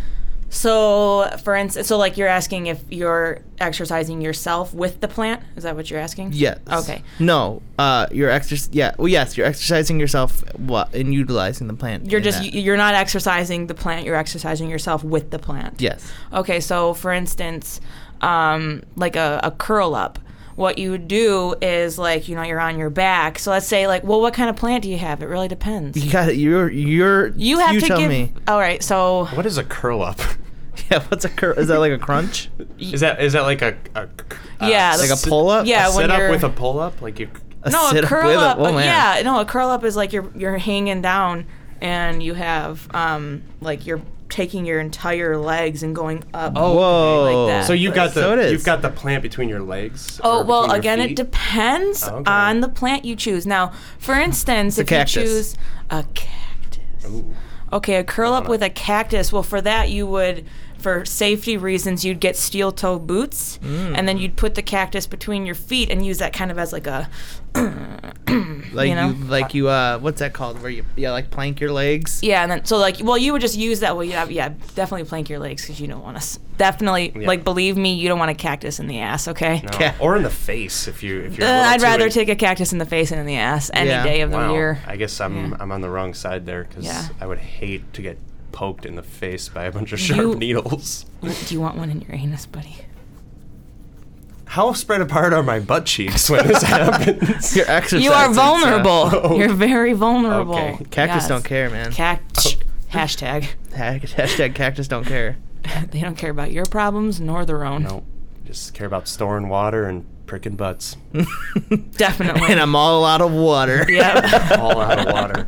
So, for instance, so like you're asking if you're exercising yourself with the plant. Is that what you're asking?
Yes.
Okay.
No. Uh, you're exerc. Yeah. Well, yes, you're exercising yourself. What and utilizing the plant.
You're
in
just
that.
you're not exercising the plant. You're exercising yourself with the plant.
yes.
Okay, so for instance, um, like a, a curl up, what you would do is like, you know, you're on your back. So let's say, like, well, what kind of plant do you have? It really depends.
You got it. You're you're.
You have
you
to
tell
give.
me.
All right, so
What is a curl up?
Yeah. What's a cur- is that like a crunch?
is that is that like a, a
Yeah,
like
that's-
a pull up?
yeah, when
sit up
you're-
with a pull up? Like you
A
no, a
sit-up
curl
with a-
up.
oh, man.
yeah, no, a curl up is like you're you're hanging down and you have um like you're taking your entire legs and going up.
Oh, Whoa.
Like that.
So you've got the
So it is.
you've got the plant between your legs.
Oh
or
well,
between your
again, it
feet.
depends
Okay.
on the plant you choose. Now, for instance, if you
cactus.
choose a cactus,
Ooh.
okay, a curl
Uh-huh.
up with a cactus. Well, for that, you would, for safety reasons, you'd get steel toe boots, and
Mm.
then you'd put the cactus between your feet and use that kind of as like a
like
you know?
like you uh what's that called where you yeah like plank your legs
yeah. And then so like, well, you would just use that. Well, yeah, yeah, definitely plank your legs because you don't want to definitely
Yeah.
like believe me, you don't want a cactus in the ass, okay?
No.
Yeah.
Or in the face if you if
Uh,
you're. a little
I'd
too
rather
in-
take a cactus in the face and in the ass any
Yeah.
day of
Wow.
the year.
I guess I'm I'm on the wrong side there because
Yeah.
I would hate to get poked in the face by a bunch of sharp
You-
needles.
Do you want one in your anus, buddy?
How spread apart are my butt cheeks when this happens?
you're exercising
You are
so-
vulnerable.
Oh.
You're very vulnerable.
Okay.
cactus
Yes.
don't care Oh. man
Cact- Hashtag.
Hashtag- hashtag cactus don't care
they don't care about your problems nor their own.
No, just care about storing water and pricking butts.
Definitely.
and i'm all out of water
Yep.
All out of water.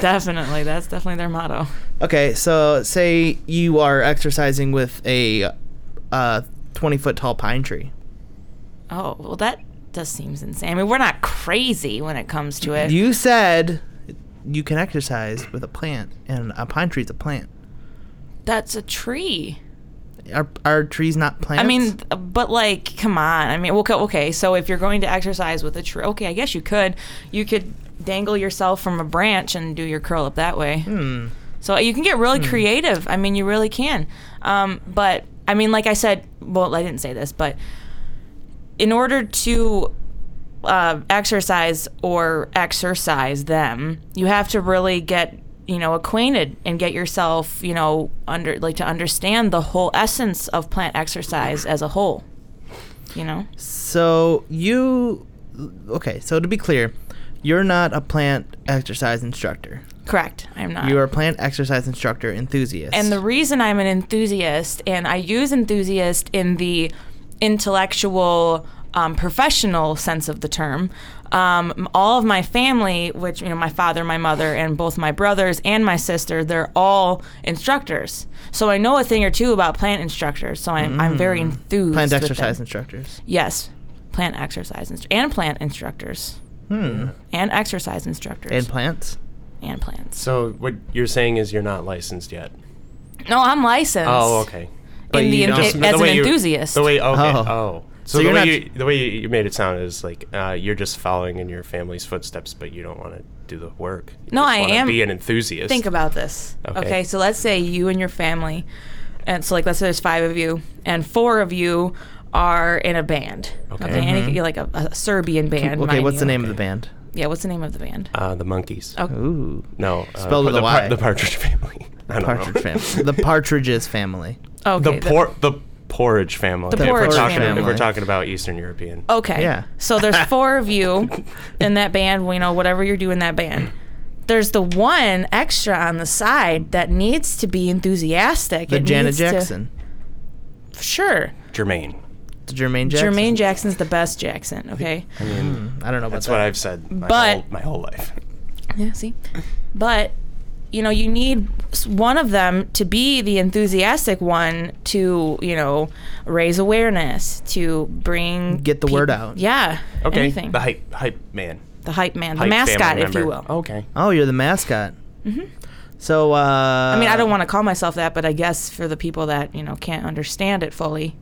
definitely. That's definitely their motto.
okay so say you are exercising with a uh 20 foot tall pine tree
Oh, well, that just seems insane. I mean, we're not crazy when it comes to it.
you said you can exercise with a plant and a pine tree's a plant
That's a tree.
are, are trees not plants
I mean, th- but like, come on. I mean, okay, okay. So if you're going to exercise with a tree, okay, I guess you could. You could dangle yourself from a branch and do your curl up that way. So uh, you can get really creative. I mean, you really can. Um, but I mean, like I said, well, I didn't say this, but in order to uh, exercise or exercise them, you have to really get you know acquainted and get yourself you know under like to understand the whole essence of plant exercise as a whole. You know,
So you okay, so to be clear, you're not a plant exercise instructor.
correct. I'm not.
You are a plant exercise instructor enthusiast.
Ah. And the reason I'm an enthusiast, and I use enthusiast in the intellectual, um, professional sense of the term, um, all of my family, which, you know, my father, my mother, and both my brothers and my sister, they're all instructors. So I know a thing or two about plant instructors. So I'm, I'm very enthused.
plant
with them.
exercise instructors.
Yes. Plant exercise instru- and plant instructors. And exercise instructors.
And
And,
plants?
plants.
So what you're saying is you're not licensed yet.
No, I'm licensed.
Oh, okay.
But
in the,
you don't-
enthu-
Just
as
way
an
you-
enthusiast.
the way okay.
Oh.
Oh.
So
So, the,
you're
way
not-
you, the way you you made it sound is like uh, you're just following in your family's footsteps, but you don't want to do the work. You
No,
just
I
wanna
am-
Be an enthusiast.
think about this.
Okay.
Okay. so let's say you and your family, and so like let's say there's five of you, and four of you are in a band.
Okay.
Okay, and you- like a, a Serbian band.
Mm-hmm. Okay,
mind
what's the
you.
name of the band?
Yeah, what's the name of the band?
uh, the monkeys.
Okay.
Ooh.
No, uh,
Spelled with
the,
a
par-
Y.
the Partridge Family. I don't know.
Partridge family. The Partridges family.
Okay,
the por- the porridge family.
The
if we're
porridge
talking,
family.
If we're talking about Eastern European.
Okay.
Yeah.
So there's four of you in that band, you know, whatever you do in that band. there's the one extra on the side that needs to be enthusiastic.
The
It
Janet
needs to-
Jackson.
sure.
Jermaine.
The Jermaine Jackson. Hmm,
Jermaine Jackson's the best Jackson, okay?
I mean,
I don't know about
that's
that.
what I've said my,
But-
whole, my whole life.
Yeah, see? But, you know, you need s- one of them to be the enthusiastic one to, you know, raise awareness, to bring.
Get the word out.
Yeah.
Okay.
Anything.
The hype, hype man.
The hype man, the
Hype family
mascot, if
member.
you will.
Okay.
Oh, you're the mascot. Mm-hmm. So, uh, I
I mean, I don't want to call myself that, but I guess for the people that, you know, can't understand it fully,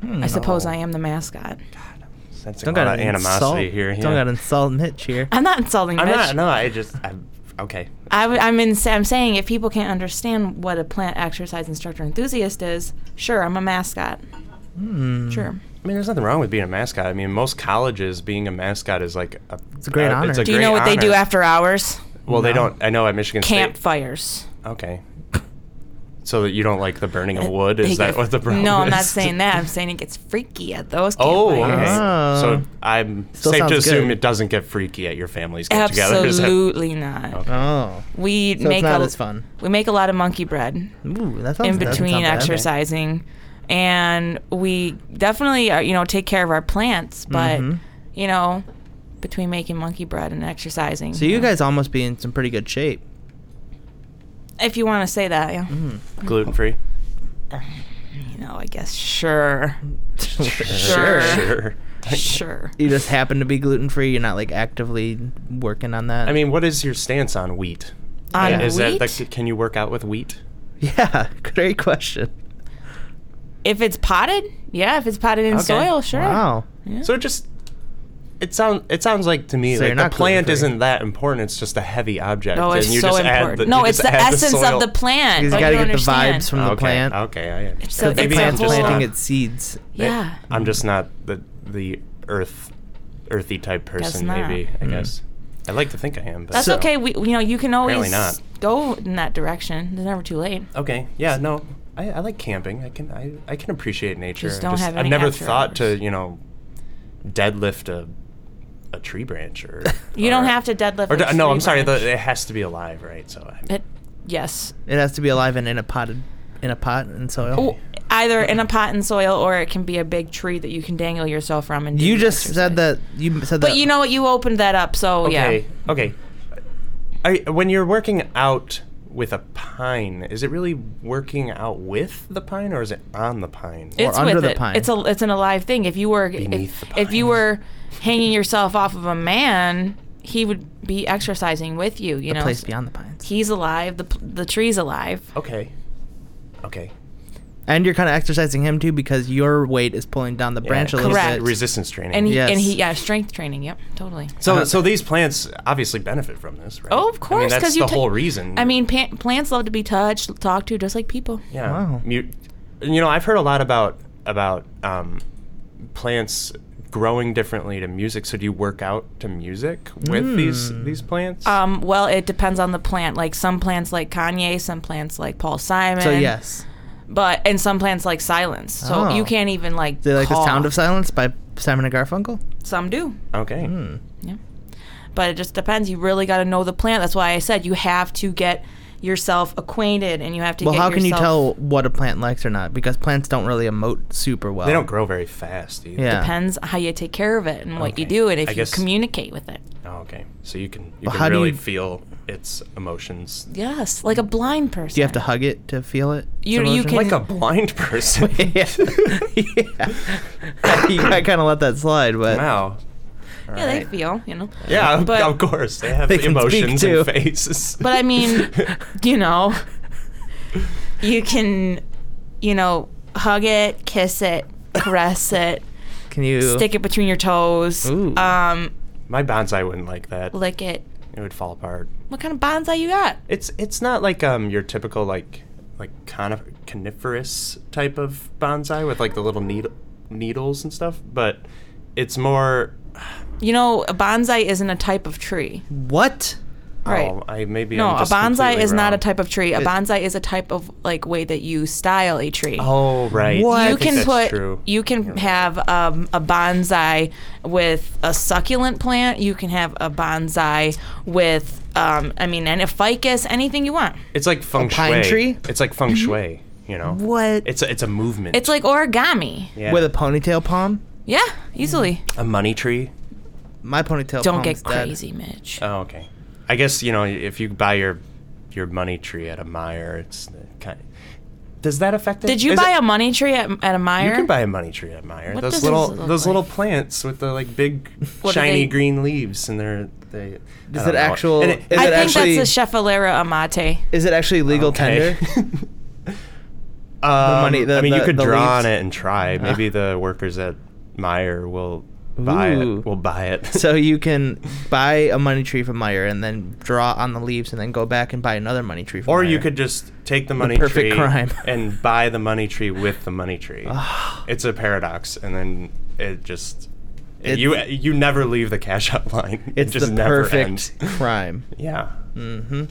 Hmm.
I suppose I am the mascot.
Sensing
Don't
a lot
got
of animosity here.
Don't
yeah.
got to insult Mitch here.
I'm not insulting
I'm
Mitch.
not. No, I just. I'm, okay.
I w- I'm, in, I'm saying if people can't understand what a plant exercise instructor enthusiast is, sure, I'm a mascot.
Hmm.
Sure.
I mean, there's nothing wrong with being a mascot. I mean, most colleges being a mascot is like a. It's
a great honor.
It's a
Do
Do you
great
know what they do
honor.
after hours?
Well, they
No.
don't. I know at Michigan State.
Campfires.
Okay. So that you don't like the burning of wood?
They
Is that
get-
what the problem
No,
is?
I'm not saying that. I'm saying it gets freaky at those
Oh,
campfires.
okay.
Oh.
So I'm
Still
safe to
sounds
assume
good.
it doesn't get freaky at your family's get together. Is that-
Absolutely not.
Okay.
Oh,
We
so
make
it's not
a,
as fun.
We make a lot of monkey bread
Ooh, that sounds
in
that doesn't sound
between
bad.
exercising, and we definitely are, you know take care of our plants, but
Mhm.
you know between making monkey bread and exercising.
So you guys almost be in some pretty good shape.
if you want to say that, yeah.
Mm-hmm.
Gluten free.
You know, I guess sure,
Sure.
Sure.
sure.
You just happen to be gluten free. You're not like actively working on that.
I mean, what is your stance on wheat?
On
is that
wheat?
like, can you work out with wheat?
yeah, great question.
If it's potted, yeah. If it's potted in
Okay.
soil, sure.
Wow.
Yeah.
So it just it sounds it sounds like to me
So you're
like the
not
plant
gluten-free.
isn't that important. It's just a heavy object.
Oh, it's
and you
so
just add
important.
the-
no,
you
it's
just
the
add
essence
soil.
of the plant.
You
but
got to
you
get
don't understand.
the vibes from
okay,
the plant.
Okay, I am.
So
Maybe
I'm
it's like
plants
just
whole-
planting
not-
its seeds.
Yeah.
I'm just not the the earth earthy type person.
not.
Maybe I guess I like to think I am. But
That's
So-
okay. We, you know, you can always
not. Oh,
go in that direction. It's never too late.
okay. Yeah, no, I, I like camping. I can I, I can appreciate nature.
Just don't have
I've
any
never
after
thought to
hours.
you know deadlift a a tree branch or
You
or-
don't have to deadlift.
Or
a
d- no,
tree
I'm sorry.
branch.
The, it has to be alive, right? So I,
It- yes.
It has to be alive and in a potted, in a pot and soil.
Oh, either in a pot and soil, or it can be a big tree that you can dangle yourself from. And do
You
the
just
exercise.
said that. You said that.
But you know what? You opened that up, so
okay,
oh, yeah.
okay. I, when you're working out with a pine, is it really working out with the pine, or is it on the pine?
It's
under
with
the
it.
pine.
It's a it's an alive thing. If you were
Beneath
if,
the
if you
pine.
were hanging yourself off of a man, he would be exercising with you. You
the
know,
place beyond the pines.
he's alive. The p- the tree's alive.
okay, okay.
And you're kind of exercising him too because your weight is pulling down the branch a little
Correct.
bit.
Resistance training. Uh-huh.
And he,
Yes.
and he, yeah, strength training. Yep, totally.
so, so these plants obviously benefit from this, right?
Oh, of
I mean,
course,
that's
'cause
the
you ta-
whole reason.
I mean, pa- plants love to be touched, talked to, just like people.
Yeah.
Wow.
You, you know, I've heard a lot about about um, plants growing differently to music. So do you work out to music with these these plants?
Hmm. Um, well, it depends on the plant. Like some plants like Kanye, some plants like Paul Simon.
So yes,
but and some plants like silence. So
Oh.
you can't even like.
do you like
call.
the sound of silence by Simon and Garfunkel?
Some do.
okay.
Yeah. But it just depends. You really got to know the plant. That's why I said you have to get yourself acquainted, and you have to.
Well,
get
how can you
yourself-
tell what a plant likes or not? Because plants don't really emote super well.
They don't grow very fast either.
Yeah.
Depends how you take care of it and what you
Okay.
do, and if
I
you
guess-
communicate with it.
Oh, okay. So you can you
Well, how
can
do
really
you-
feel its emotions.
Yes, like a blind person.
Do you have to hug it to feel it? its
You- you
emotion?
can-
Like a blind person.
yeah. yeah. I kind of let that slide, but
wow.
Yeah, they feel. You know.
Yeah, of-
But-
of course. They have
They can speak
emotions
too.
and faces.
But I mean, you know, you can, you know, hug it, kiss it, caress it,
can you
stick it between your toes,
Ooh.
um,
My bonsai wouldn't like that.
lick it.
It would fall apart.
What kind of bonsai you got?
It's it's not like um your typical like like conif- coniferous type of bonsai with like the little needle needles and stuff, but it's more
You know, a bonsai isn't a type of tree.
what?
Right.
Oh, I maybe
No,
I'm
a
just
bonsai
completely
is not a
wrong.
type of tree. A
It-
bonsai is a type of like way that you style a tree.
Oh right.
What?
I
You
think
can
that's
put
True.
you can have um, a bonsai with a succulent plant. You can have a bonsai with um, I mean, and a ficus, anything you want.
It's like feng shui.
pine tree?
It's like feng shui. You know.
What?
It's a, it's a movement.
Mm-hmm. It's like origami.
yeah.
With a ponytail palm?
Yeah, easily.
a money tree.
My ponytail
Don't
palm's
get
dead.
crazy, Mitch.
Oh okay. I guess you know if you buy your your money tree at a Meyer, it's kind. does that affect it?
Did you
Is
buy
it-
a money tree at, at a Meyer?
You can buy a money tree at Meyer.
What
those
does
little
this look
those
like?
little plants with the like big
What do
shiny
they-
green leaves, and they're they. I
Is
don't
it
know.
actual-
And
is
I
it
think
actually-
that's a Scheffalera amate.
Is it actually legal
okay.
tender?
um,
money- the-
I mean,
the-
you could
the
draw
leaves? Ah.
on it and try. Maybe the workers at Meyer will buy
Ooh.
it. Will buy it.
so you can buy a money tree from Meyer and then draw on the leaves and then go back and buy another money tree from
or
Meijer.
you could just take the money
perfect
tree
crime.
and buy the money tree with the money tree. it's a paradox, and then it just.
It's-
you you never leave the cash out line.
It's
it just
the
never
perfect
ends.
crime.
Yeah.
Mm-hmm.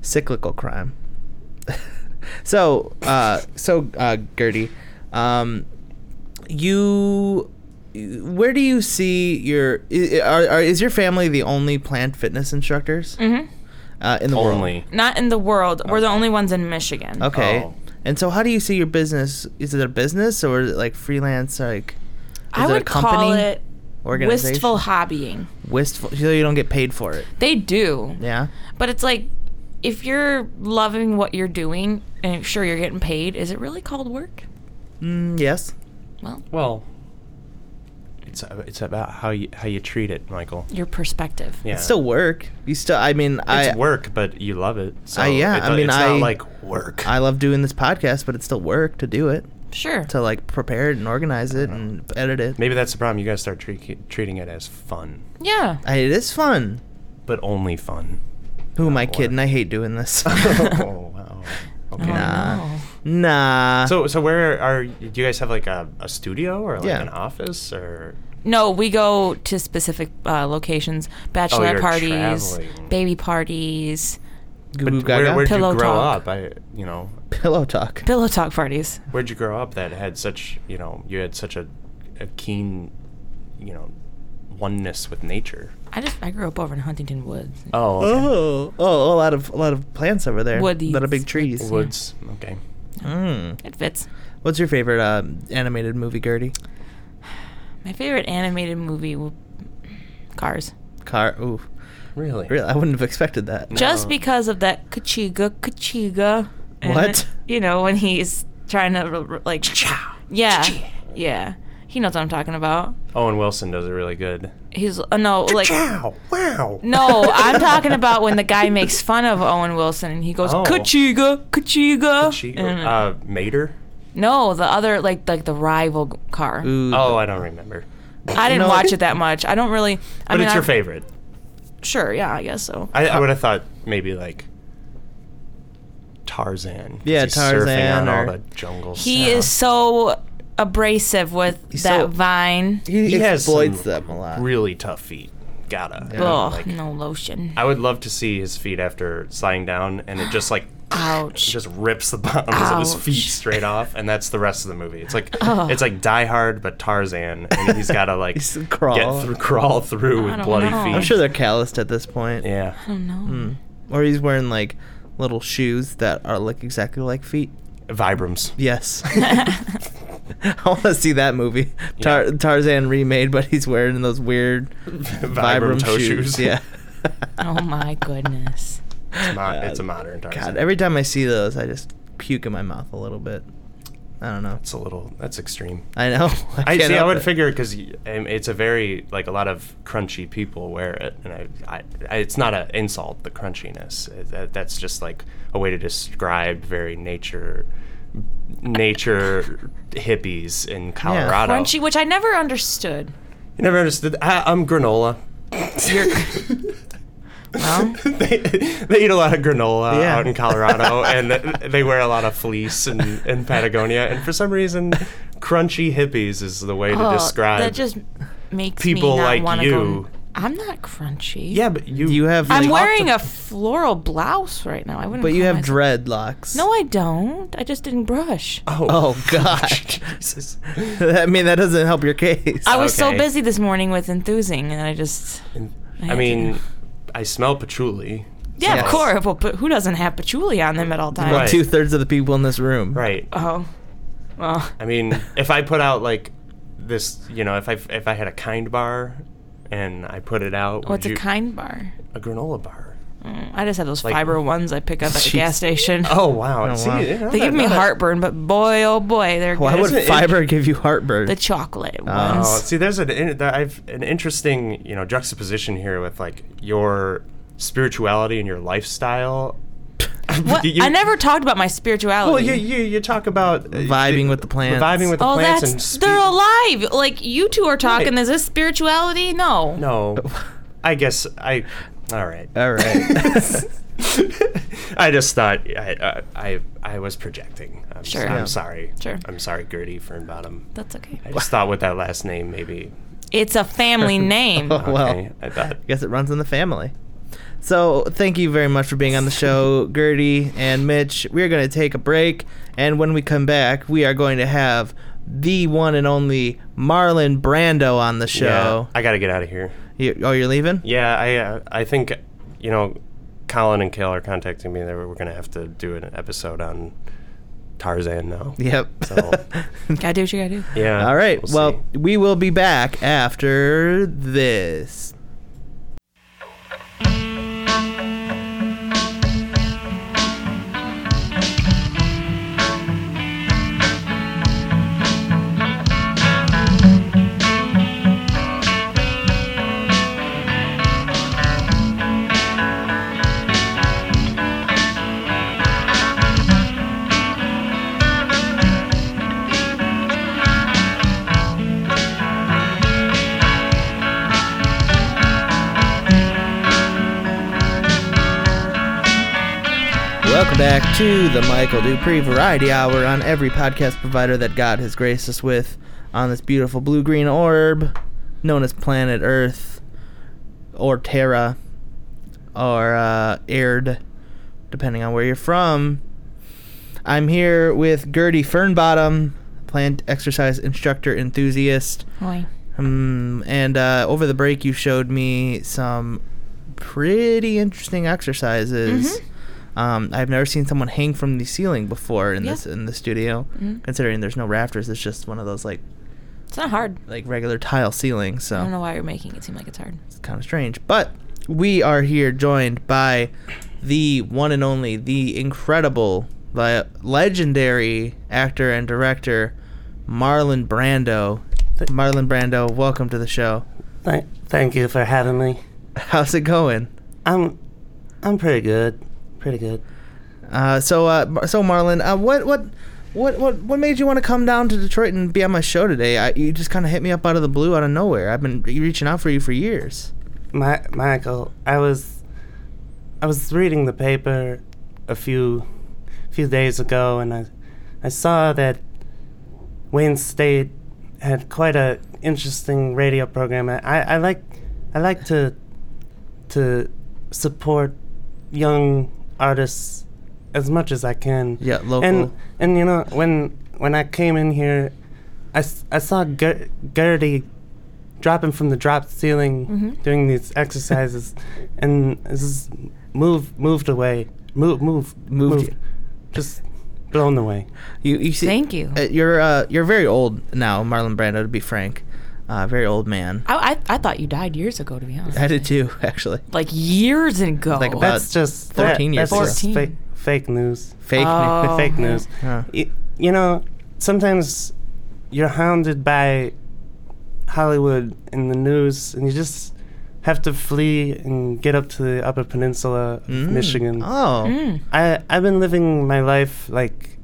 Cyclical crime. so, uh, so uh, Gertie, um, you, where do you see your? i- Are, are, is your family the only plant fitness instructors
Mm-hmm.
uh, in the
Only.
Not in the world. We're the
Okay.
only ones in Michigan.
world? Okay.
Oh.
And so, how do you see your business? Is it a business or is it like freelance? Like, is
I
it
would
a company?
call it
organization?
wistful hobbying.
Wistful. So you don't get paid for it.
They do.
Yeah.
But it's like, if you're loving what you're doing and sure you're getting paid, is it really called work?
Mm, yes.
Well,
Well, it's uh, it's about how you how you treat it, Michael.
your perspective.
Yeah.
It's still work. You still. I mean, I.
It's work, but you love it. So
I- yeah,
it
I
do-
mean,
it's
I-
not like work.
I love doing this podcast, but it's still work to do it,
Sure.
to like prepare it and organize it and edit it.
Uh-huh. Maybe that's the problem. You guys start treat, treating it as fun,
yeah.
I, it is fun.
but only fun.
Who am I
Not
kidding?
work.
I hate doing this.
oh wow. Okay.
Oh,
Nah.
no.
nah.
So so where are do you guys have like a, a studio or like
Yeah.
an office or
No, we go to specific uh, locations, bachelorette
Oh, you're
parties,
traveling.
baby parties,
Goo
but
Goo
where
Gaga.
where'd
Pillow
you grow
talk.
up? I you know
Pillow talk.
pillow talk parties.
where'd you grow up that had such you know you had such a, a keen you know oneness with nature.
I just I grew up over in Huntington Woods.
Oh
Oh, oh, a lot of a lot of plants over there.
Woodies.
A lot of big trees.
Wood-
woods. Okay.
Mm.
It fits.
What's your favorite um, animated movie, Gertie?
My favorite animated movie, w- Cars.
Car. Ooh,
Really?
really? I wouldn't have expected that.
Just
No.
because of that kachiga kachiga. and
What?
it- you know when he's trying to r- r- like yeah yeah he knows what I'm talking about.
Owen Wilson does it really good.
He's uh, no like.
Wow! Wow!
No, I'm talking about when the guy makes fun of Owen Wilson and he goes
Oh.
kachiga kachiga.
She,
And-
uh, Mater?
no, the other like like the rival g- car.
Ooh.
Oh, I don't remember.
I didn't
No.
watch it that much. I don't really. I
But
mean,
it's your
I've-
favorite.
Sure, yeah, I guess so.
I, I would have thought maybe like Tarzan. 'cause
Yeah,
he's Surfing
Tarzan
on
or-
all the jungle.
He
stuff.
is so abrasive with
He's
that
so-
vine.
He,
He has
exploits
some
them a lot.
Really tough feet. Gotta.
Ugh,
Like,
no lotion.
I would love to see his feet after sliding down, and it just like
Ouch.
just rips the bottoms of his feet
Ouch.
straight off, and that's the rest of the movie. It's like
Ugh.
it's like Die Hard, but Tarzan, and he's gotta like
He's crawl.
get through, crawl through
I
with
don't
bloody
know. Hmm.
feet.
I'm sure they're calloused at this point.
Yeah.
I don't know.
hmm.
Or he's wearing like little shoes that are look exactly like feet.
Vibrams.
Yes. I want to see that movie. Tar-
Yeah.
Tarzan remade, but he's wearing those weird Vibram,
toe
shoes. Yeah.
Oh my goodness.
It's, mo-
God.
it's a modern Tarzan.
God, every time I see those, I just puke in my mouth a little bit. I don't know.
It's a little. That's extreme.
I know.
I
can't
see. I
help
would
it.
figure because it's a very like a lot of crunchy people wear it, and I, I, I it's not an insult the crunchiness. It- that, that's just like a way to describe very nature, nature hippies in Colorado.
Crunchy, which I never understood.
You never understood. I, I'm granola.
Well,
they, they eat a lot of granola
Yeah.
out in Colorado, and they wear a lot of fleece in, in Patagonia. And for some reason, crunchy hippies is the way to
oh,
describe
that just makes
people
me not
like
wanna
you
Go I'm not crunchy.
Yeah, but you
You have.
I'm
like-
wearing a floral blouse right now. I wouldn't.
But you
call
have
myself-
dreadlocks.
No, I don't. I just didn't brush.
Oh God.
Jesus.
I mean, that doesn't help your case.
I was
okay.
so busy this morning with enthusing, and I just.
I mean, I smell patchouli.
Yeah,
Yes.
of course. Well, but who doesn't have patchouli on them at all times?
Right.
Two thirds of the people in this room.
Right.
Oh, well,
I mean, if I put out like this, you know, if I if I had a kind bar and I put it out, would
what's
you-
Oh, a kind bar?
a granola bar?
Mm, I just have those
Like-
fiber ones I pick up at the
Jeez.
gas station.
Oh wow!
Oh,
See,
wow.
yeah,
they give
not-
me
not a-
heartburn, but boy, oh boy, they're
Why
good.
would
Isn't it-
fiber give you heartburn?
the chocolate
Oh,
ones.
Oh, see, there's an in, there- I've an interesting you know juxtaposition here with like your spirituality and your lifestyle.
What?
You-
I never talked about my spirituality.
Well, you you, you talk about uh,
Vibing with the plants.
vibing with the
oh,
plants,
that's
and spe-
they're alive. Like you two are talking.
Right.
Is this spirituality? No.
No, I guess I. All right.
All right.
I just thought I uh, I, I, I was projecting. I'm,
Sure.
I'm
Yeah.
sorry.
Sure.
I'm sorry, Gertie Fernbottom.
That's okay.
I just thought with that last name maybe.
It's a family name.
Oh, well.
okay, I thought.
guess it runs in the family. So thank you very much for being on the show, Gertie and Mitch. We are going to take a break, and when we come back, we are going to have the one and only Marlon Brando on the
Yeah,
show.
I got to get out of here.
You- oh, you're leaving?
Yeah, I uh, I think you know, Colin and Kale are contacting me. They were, we're gonna have to do an episode on Tarzan now.
Yep.
So
gotta do what you gotta do.
yeah.
All right.
we'll
well,
see.
we will be back after this. Welcome back to the Michael Dupree Variety Hour on every podcast provider that God has graced us with on this beautiful blue green orb known as planet Earth or Terra or uh, Aird, depending on where you're from. I'm here with Gertie Fernbottom, plant exercise instructor enthusiast.
Oi.
Um, and uh, over the break, you showed me some pretty interesting exercises. Um, I've never seen someone hang from the ceiling before in
Mm-hmm. Yeah.
this in the studio.
Mhm.
Considering there's no rafters, it's just one of those like
It's not hard.
like regular tile ceilings.
I don't know
So
why you're making it seem like it's hard.
it's kind of strange. But we are here joined by the one and only, the incredible, the legendary actor and director Marlon Brando. Marlon Brando, welcome to the show.
Thank, thank you for having me.
How's it going?
I'm, I'm pretty good, pretty good.
Uh, so, uh, Mar- so Marlon, uh, what, what, what, what, what made you want to come down to Detroit and be on my show today? I, you just kind of hit me up out of the blue, out of nowhere. I've been re- reaching out for you for years.
My Michael, I was, I was reading the paper a few, few days ago, and I, I saw that Wayne State had quite a interesting radio program. I, I, I like, I like to, to support young artists as much as I can.
Yeah, local.
And and you know when when I came in here, I, s- I saw Ger- Gertie dropping from the drop ceiling
Mhm.
doing these exercises, and I just moved moved away, move move
Moved you.
just blown away.
You, you see,
Thank you.
Uh, you're, uh, you're very old now, Marlon Brando. To be frank, uh, very old man.
I, I I thought you died years ago, to be honest.
I did too, actually.
Like years ago.
Like about-
That's just
14 years
that,
ago.
that's
14.
just fake fake news.
Fake
Oh.
fake news.
Huh.
Y- you know, sometimes you're hounded by Hollywood and the news, and you just have to flee and get up to the Upper Peninsula of
news. Mm.
Michigan.
Oh,
Mm.
I I've been living my life like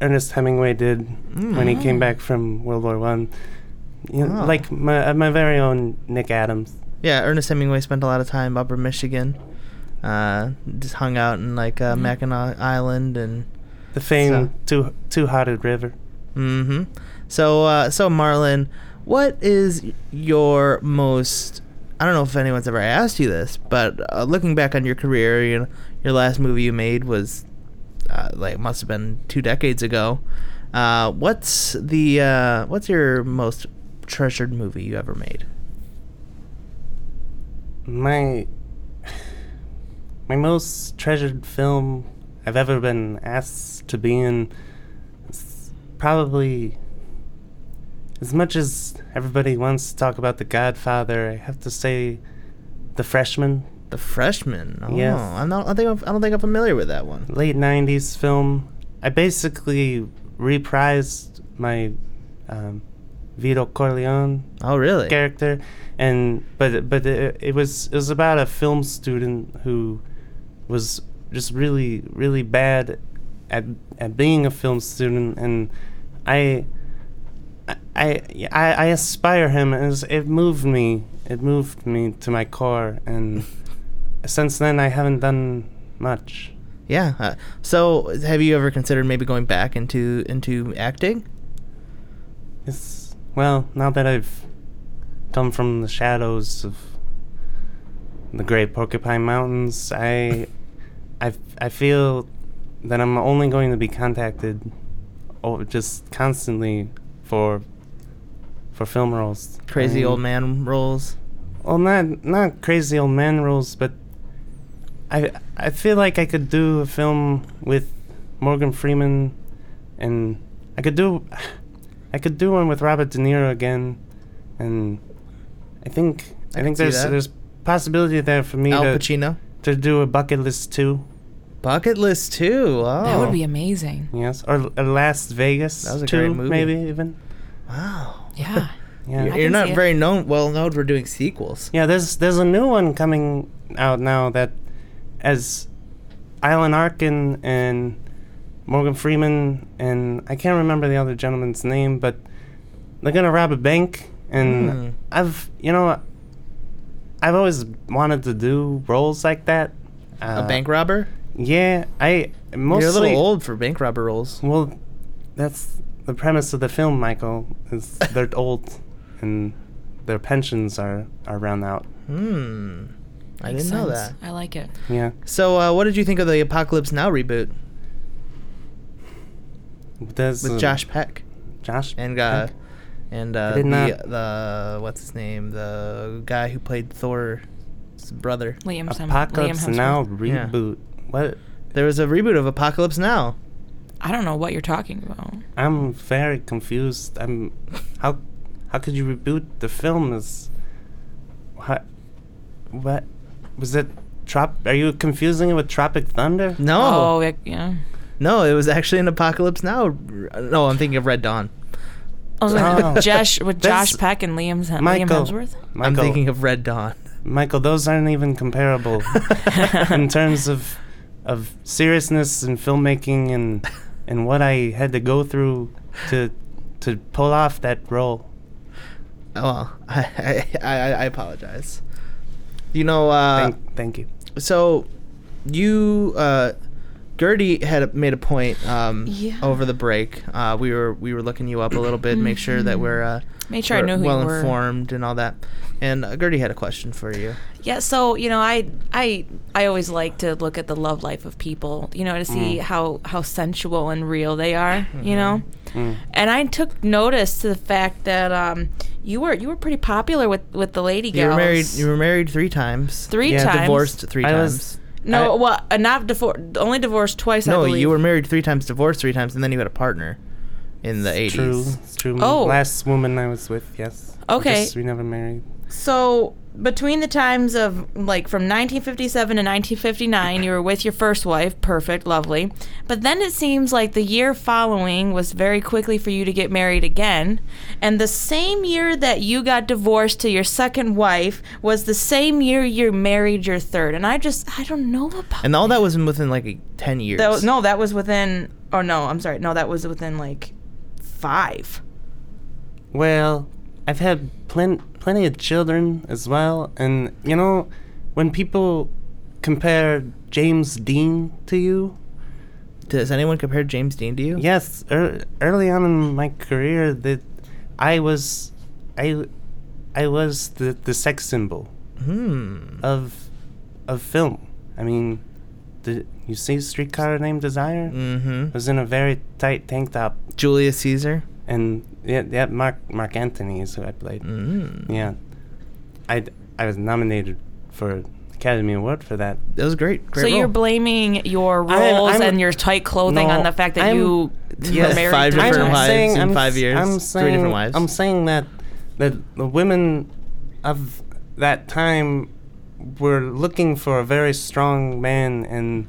Ernest Hemingway did when he came
Mm.
back from World War One. You know,
Oh.
Like my uh, my very own Nick Adams.
yeah. Ernest Hemingway spent a lot of time upper Michigan. Uh, just hung out in like uh,
Mhm.
Mackinac Island and
The famed
So-
two two hearted river.
hmm So, uh, so Marlon, what is your most I don't know if anyone's ever asked you this, but uh, looking back on your career, you know, your last movie you made was uh, like must have been two decades ago. Uh, what's the uh, what's your most treasured movie you ever made?
My my most treasured film I've ever been asked to be in is probably as much as everybody wants to talk about The Godfather, I have to say The Freshman,
The Freshman. Oh,
Yes.
I'm not, I think I'm, I don't think I'm familiar with that one.
late 90s film. I basically reprised my um, Vito Corleone
Oh, really?
character and but but it, it was it was about a film student who was just really really bad at at being a film student and i I- I, yeah, I I aspire him as it moved me it moved me to my core and since then I haven't done much
Yeah. Uh, so, have you ever considered maybe going back into into acting?
it's well now that I've come from the shadows of the Great Porcupine Mountains, I, I, I feel that I'm only going to be contacted, or just constantly for, for film roles.
Crazy
I'm-
old man roles.
Well, not not crazy old man roles, but I I feel like I could do a film with Morgan Freeman, and I could do I could do one with Robert De Niro again, and I think I,
I can
think
see
there's
that.
there's possibility there for me
Al
to,
Pacino.
to do a bucket list too.
Bucket list too. Oh,
That would be amazing.
Yes, or a Las Vegas
That was a
too,
great movie.
maybe even.
wow.
Yeah.
Yeah.
I
You're
can
not
see it.
very known. Well known for doing sequels.
Yeah, there's there's a new one coming out now that as Alan Arkin and Morgan Freeman and I can't remember the other gentleman's name, but they're gonna rob a bank and
Hmm.
I've you know I've always wanted to do roles like that. Uh,
a bank robber.
Yeah, I mostly
You're a little old for bank robber roles.
Well, that's the premise of the film, Michael. Is they're old and their pensions are are run out.
Hmm. I didn't
Makes
know that.
sense. I like it.
Yeah.
So, uh, what did you think of the Apocalypse Now reboot
There's
with
uh,
Josh Peck
Josh
and uh, and uh,
did
the,
not-
the what's his name, the guy who played Thor's brother?
Liam Hem- Liam
Apocalypse
Hemsworth.
Now
Yeah.
reboot. What?
There was a reboot of Apocalypse Now.
I don't know what you're talking about.
I'm very confused. I'm how how could you reboot the film? Is what? What was it? Trop? Are you confusing it with Tropic Thunder?
No,
Oh, it- yeah.
no, it was actually an Apocalypse Now. No, I'm thinking of Red Dawn.
I was like,
Oh.
with Josh with
That's-
Josh Peck and Liam's Hem- Liam
Michael.
Hemsworth.
I'm
Michael,
thinking of Red Dawn.
Michael, those aren't even comparable in terms of of seriousness and filmmaking and and what I had to go through to to pull off that role.
Oh, I I, I, I apologize. You know, uh,
Thank, thank you.
so you uh gertie had a- made a point um
Yeah.
over the break uh we were we were looking you up a little bit make sure that we're uh
Mm-hmm. Made sure I
we're
knew who you
well
were.
informed and all that and uh, gertie had a question for you
Yeah, so you know, I I I always like to look at the love life of people, you know, to
Mm.
see how how sensual and real they are, you know.
Mm-hmm.
And I took notice to the fact that um, you were you were pretty popular with with the lady
you
girls.
were married you were married three times
three
Yeah,
times.
divorced three
I
times
was
No,
I-
well, uh, not divorced. Only divorced twice. I
no
believe.
you were married three times divorced three times and then you had a partner in the 80s
True. It's true.
Oh.
Last woman I was with, yes. We
Okay.
just- we never married.
So between the times of like from 1957 to 1959, you were with your first wife, perfect, lovely. But then it seems like the year following was very quickly for you to get married again. And the same year that you got divorced to your second wife was the same year you married your third. And I just I don't know about
and all that was within like a- 10 years
that. Was, no, that was within. Oh no, I'm sorry. No, that was within like five.
Well, I've had plen- plenty of children as well. And, you know, when people compare James Dean to you,
does anyone compare james dean to you
yes, ear early on in my career, that I was, I, I was the, the sex symbol.
Hmm.
of of film. I mean, the, you see Streetcar Named Desire
Mm.
Mm-hmm.
was in a very tight tank top,
Julius Caesar.
and yeah, yeah, Mark Mark Anthony is who I played.
Mm.
Yeah, I I was nominated for Academy Award for that.
That was great. great
so
role.
you're blaming your roles
I'm-
and your tight clothing
No,
on the fact that
I'm-
you
Yes,
were married
five
three
different
times.
wives. in
I'm
five
s-
years,
I'm
three
saying,
different wives.
I'm saying that that the women of that time were looking for a very strong man, and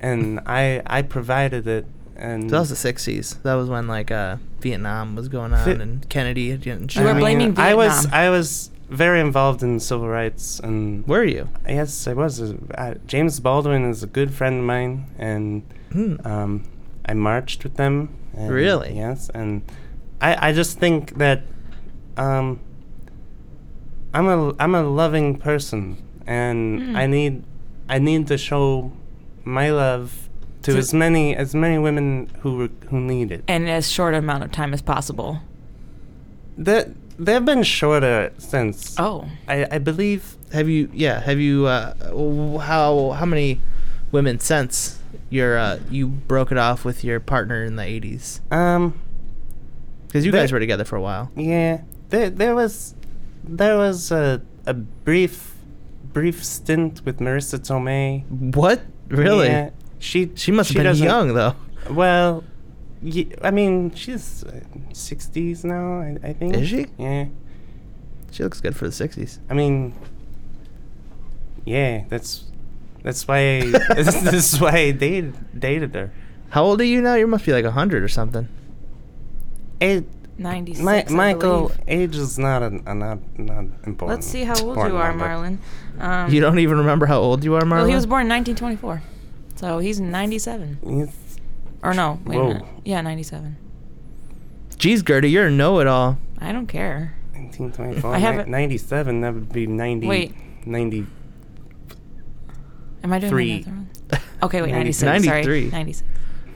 and I I provided it. And
So that was the sixties. That was when like uh, Vietnam was going on
Fi-
and Kennedy had gotten
You were
shot.
blaming-
I was
Vietnam.
I was very involved in civil rights and
Were you?
yes I was uh, James Baldwin is a good friend of mine and
Hmm.
Uh,
um, I marched with them and
Really?
yes and I I just think that um, I'm a I'm a loving person and
Mm.
I need I need to show my love to
To-
as many as many women who were- who need it
in as short amount of time as possible.
that they've been shorter since
Oh,
I, I believe
Have you? Yeah. Have you? Uh, w- how how many women since your uh, you broke it off with your partner in the eighties?
um
Because you
There-
guys were together for a while.
yeah there there was there was a a brief brief stint with Marissa Tomei.
What? Really?
Yeah, she
She must have been
doesn't-
young though.
Well, y I I mean she's uh, sixties now. I, I think
Is she?
Yeah.
She looks good for the sixties.
I mean, yeah. That's that's why that's, that's why I dated dated her.
How old are you now? You must be like hundred or something.
It,
96.
my,
I
Michael,
believe.
age is not an a not not important.
Let's see how old
important
you are,
number.
Marlon. Um,
you don't even remember how old you are, Marlon.
Well, he was born in 1924, so he's 97.
It's-
Or no, wait
Whoa.
a minute. Yeah, 97.
Jeez, Gertie, you're a know-it-all.
I don't care.
1924.
I
ni-
haven't-
97. That would be 90.
Wait.
90.
Am I doing
Three.
that wrong? Okay, wait, 96.
Ninety-
Ninety-three.
Sorry, 96.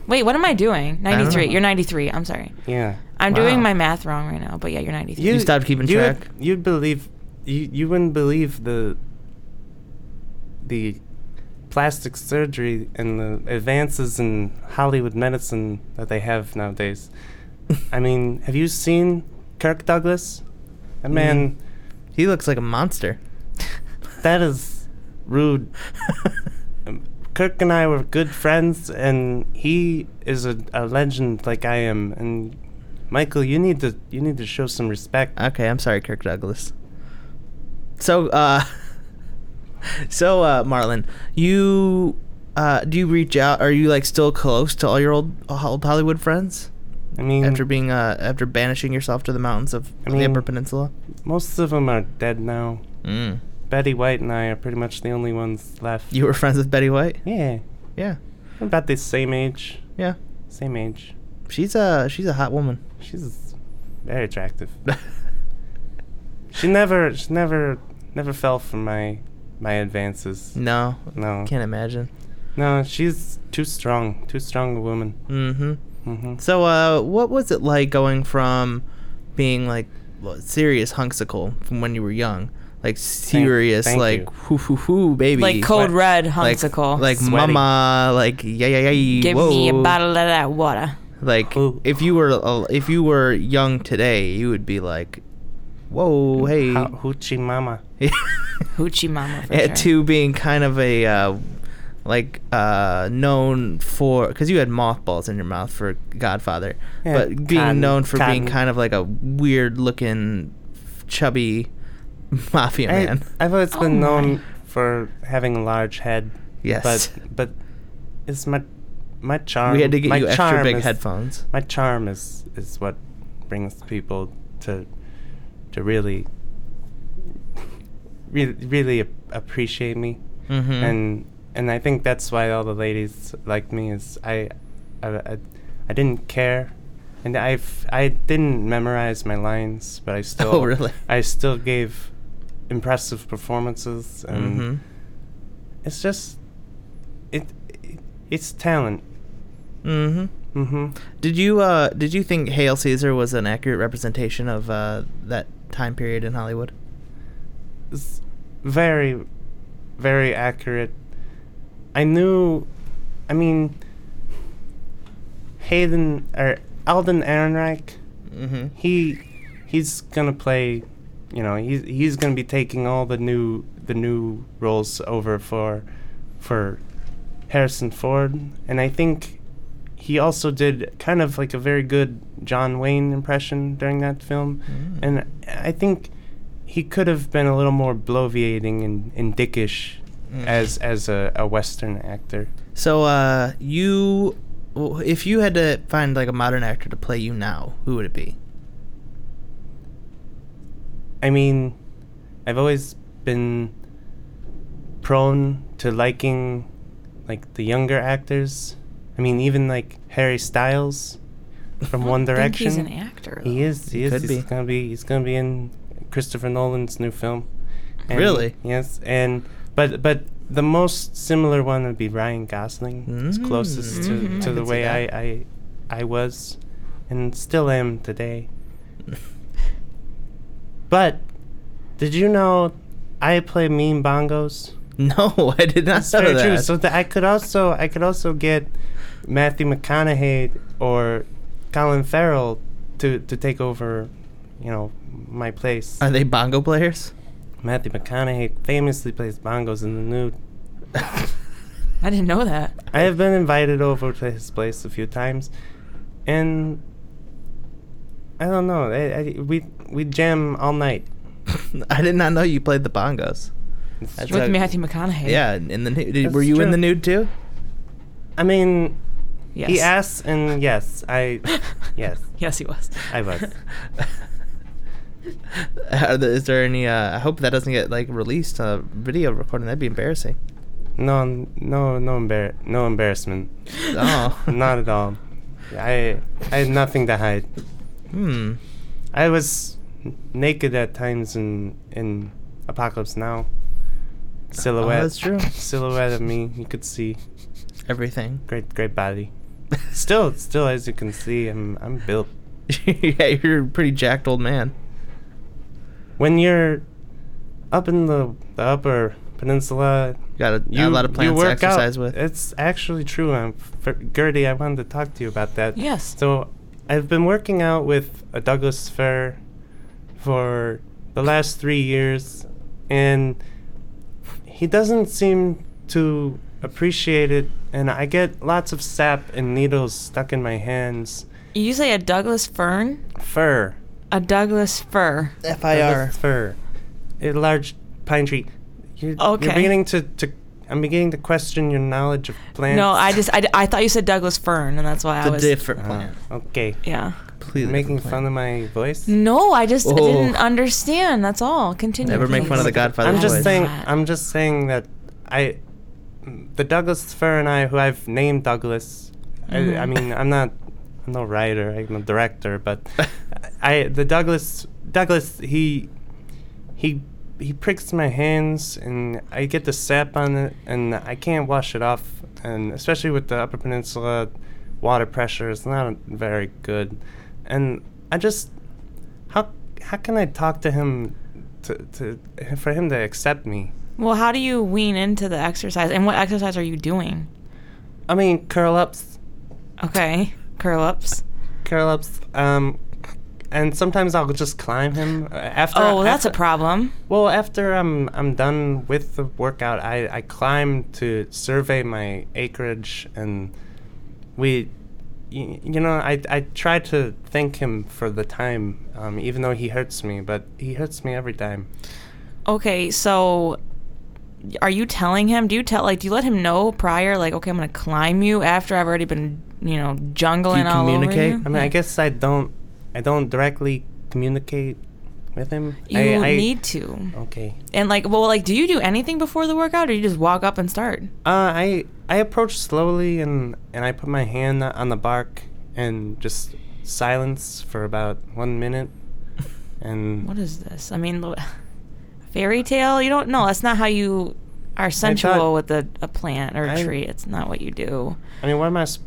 Wait, what am I doing?
know.
93. You're 93. I'm sorry.
Yeah.
I'm
Wow.
doing my math wrong right now, but yeah, you're 93.
You stopped keeping
you
track?
Would, you'd believe. You you wouldn't believe the. The, plastic surgery and the advances in Hollywood medicine that they have nowadays. I mean, have you seen Kirk Douglas? That man,
Mm-hmm. He looks like a monster.
that is rude. Um, Kirk and I were good friends, and he is a, a legend like I am. And Michael, you need to you need to show some respect.
Okay, I'm sorry, Kirk Douglas. So, uh, so uh, Marlon, you uh, do you reach out? Are you like still close to all your old, old Hollywood friends
I mean,
after being uh, after banishing yourself to the mountains of
I
the
mean-
Upper Peninsula?
most of them are dead now.
Mm.
Betty White and I are pretty much the only ones left.
You were friends with Betty White.
yeah,
Yeah,
we're about the same age.
yeah.
Same age.
She's a she's a hot woman.
She's very attractive. she never, she never, never fell for my, my advances.
no,
No.
can't imagine.
No, she's too strong. Too strong a woman.
Mm-hmm.
hmm
So, uh, what was it like going from being like well, serious hunksicle from when you were young, like serious,
thank
like
you.
hoo hoo hoo baby,
like Code
Sweat.
Red
like,
Hunsicle.
like
Sweaty.
mama, like yeah yeah yeah,
give
whoa.
me a bottle of that water.
Like
Ooh.
if you were a- if you were young today, you would be like, whoa hey,
Ha- Hoochie mama.
Hoochie Mama. For
at
sure.
two being kind of a. Uh, like uh known for because you had mothballs in your mouth for godfather
Yeah,
but being
cotton-
known for being
cotton.
kind of like a weird looking chubby mafia
I,
man
I've always
Oh
been
my.
known for having a large head.
yes
But but it's my my charm.
we had to get
um, my
you extra
charm
big
is-
headphones
My charm is is what brings people to to really really really ap- appreciate me.
mm-hmm.
And and I think that's why all the ladies like me is I I I, I didn't care. And I've I didn't memorize my lines, but I still
oh really
I still gave impressive performances, and
Mhm.
it's just it, it it's talent.
Mhm.
hmm
did you uh did you think hail caesar was an accurate representation of uh that time period in hollywood
very, very accurate. I knew, I mean, Hayden or Alden Ehrenreich.
Mm-hmm.
He, he's gonna play. You know, he's he's gonna be taking all the new the new roles over for, for, Harrison Ford, and I think. He also did kind of like a very good John Wayne impression during that film, and I think he could have been a little more bloviating and, and dickish as as a, a Western actor.
So, uh, you, w- if you had to find like a modern actor to play you now, who would it be?
I mean, I've always been prone to liking like the younger actors. I mean, even like Harry Styles from One
I Uh-huh. think
Direction.
he's an actor.
He is. He,
He
is.
could
he's
be.
gonna be. He's gonna be in Christopher Nolan's new film. And-
Really?
Yes. And but but the most similar one would be Ryan Gosling. It's closest to,
Mm. Mhm.
to
Mm-hmm. I
the
could see
way
that.
I, I I was, and still am today. But did you know I play mean bongos?
No, I did not
That's
know
very
that.
true. So that I could also I could also get Matthew McConaughey or Colin Farrell to to take over, you know, my place.
Are they bongo players?
Matthew McConaughey famously plays bongos in the nude.
I didn't know that.
I have been invited over to his place a few times, and I don't know. I, I, we we jam all night.
I did not know you played the bongos.
It's
That's
true.
So-
With Matthew McConaughey.
Yeah, in the nude. Did-
That's
Were you in
true.
the nude too?
I mean,
Yes.
he asks, and yes, I yes
yes, he was.
I was.
Are the- Is there any? Uh, I hope that doesn't get like released on a video recording. That'd be embarrassing.
No, no, no, embar- no embarrassment.
Oh,
Not at all. I, I had nothing to hide.
Hmm.
I was n- naked at times in in Apocalypse Now. Silhouette.
Uh, that's true.
Silhouette of me. You could see.
Everything.
Great, great body. Still, still, as you can see, I'm I'm built.
yeah, you're a pretty jacked old man.
When you're up in the, the upper peninsula,
Got a, got a lot of plants to exercise with.
It's actually true. I'm, for, Gertie, I wanted to talk to you about that.
Yes.
So I've been working out with a Douglas fir for the last three years, and he doesn't seem to appreciate it. And I get lots of sap and needles stuck in my hands.
You say a Douglas fern?
Fir.
A Douglas fir.
FIR.
Douglas fir. A large pine tree. You're,
Okay.
You're beginning to, to. I'm beginning to question your knowledge of plants.
No, I just I, d- I thought you said Douglas fern, and that's why I
The
was
different
Ah,
plant.
okay.
Yeah.
Completely Uh,
Making
different
fun
plant.
of my voice.
No, I just
Oh.
didn't understand. That's all. Continue.
Never make
please.
fun of the Godfather
I'm just
voice.
saying.
God.
I'm just saying that I, the Douglas Fir and I, who I've named Douglas. I, I
Mhm.
mean, I'm not. I'm no writer. I'm a director, but I the Douglas Douglas he he he pricks my hands and I get the sap on it and I can't wash it off and especially with the Upper Peninsula water pressure it's not very good and I just how how can I talk to him to, to for him to accept me
Well, how do you wean into the exercise? And what exercise are you doing?
I mean curl ups
Okay, curl ups.
curl ups um and sometimes I'll just climb him uh, after
Oh, well, that's a
after-
problem.
Well, after I'm I'm done with the workout, I I climb to survey my acreage, and we, y- you know, I I try to thank him for the time, um, even though he hurts me, but he hurts me every time.
Okay, so are you telling him? Do you tell like do you let him know prior like okay, I'm going to climb you after I've already been, you know, jungling
Do you
all over
communicate?
you?
I mean, I guess I don't I don't directly communicate with him.
you
I, I,
need to.
Okay.
And like well like do you do anything before the workout or you just walk up and start?
Uh, I I approach slowly and and I put my hand on the bark and just silence for about one minute, and
What is this? I mean, lo- fairy tale? You don't know. That's not how you are sensual with a, a plant or a
I-
tree. It's not what you do.
I mean, what am I? s-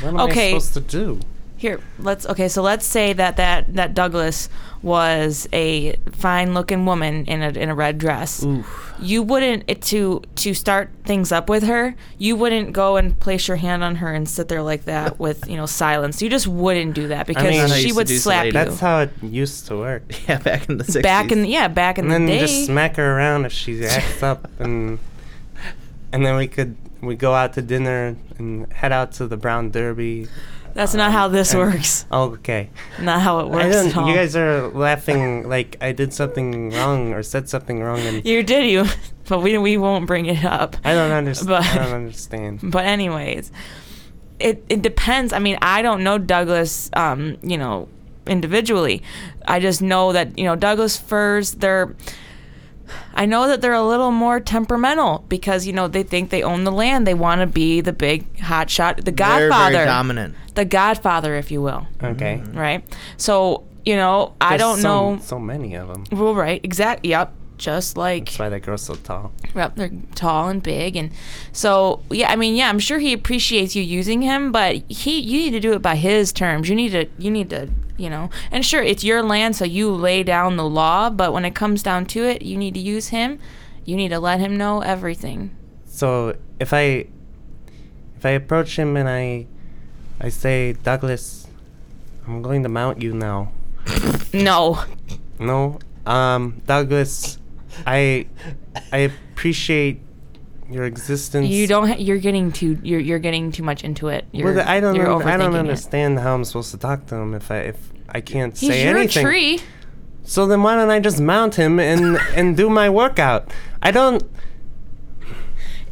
What am I
Okay.
supposed to do?
Here, let's okay. So let's say that that that Douglas was a fine-looking woman in a in a red dress.
Oof.
You wouldn't it- to to start things up with her. You wouldn't go and place your hand on her and sit there like that with you know silence. You just wouldn't do that because
mean, That's how I
she
used to
would
do
slap you.
Slade.
That's how it used to work.
Yeah, back in the 60s.
back in the, yeah back in
And then
the day.
just smack her around if she acts up, and and then we could we go out to dinner and head out to the Brown Derby.
That's not how this
and-
works.
Oh, okay.
Not how it
I
works
don't,
at all.
you guys are laughing like I did something wrong or said something wrong, and
You did you, but we we won't bring it up.
I don't understand.
But-
I don't understand.
But anyways, it it depends. I mean, I don't know Douglas. Um, you know, individually, I just know that you know Douglas firs. They're I know that they're a little more temperamental because you know they think they own the land. They want to be the big hot shot, the
They're very
Godfather,
dominant.
the Godfather, if you will.
Okay.
Right. So you know, Mm-hmm. I
There's
don't
so,
know.
So many of them.
Well, right, exact. Yep. Just like
That's why that girl's so tall.
Yep, they're tall and big, and so yeah. I mean, yeah, I'm sure he appreciates you using him, but he you need to do it by his terms. You need to you need to you know. And sure, it's your land, so you lay down the law. But when it comes down to it, you need to use him. You need to let him know everything.
So if I if I approach him and I I say, Douglas, I'm going to mount you now.
No,
No, um, Douglas, I I appreciate your existence.
you don't. Ha- you're getting too. You're you're getting too much into it. You're,
Well, I don't.
You're
under- I don't
overthinking it.
understand how I'm supposed to talk to him if I if I can't
He's
say
your
anything.
tree.
So then why don't I just mount him and and do my workout? I don't.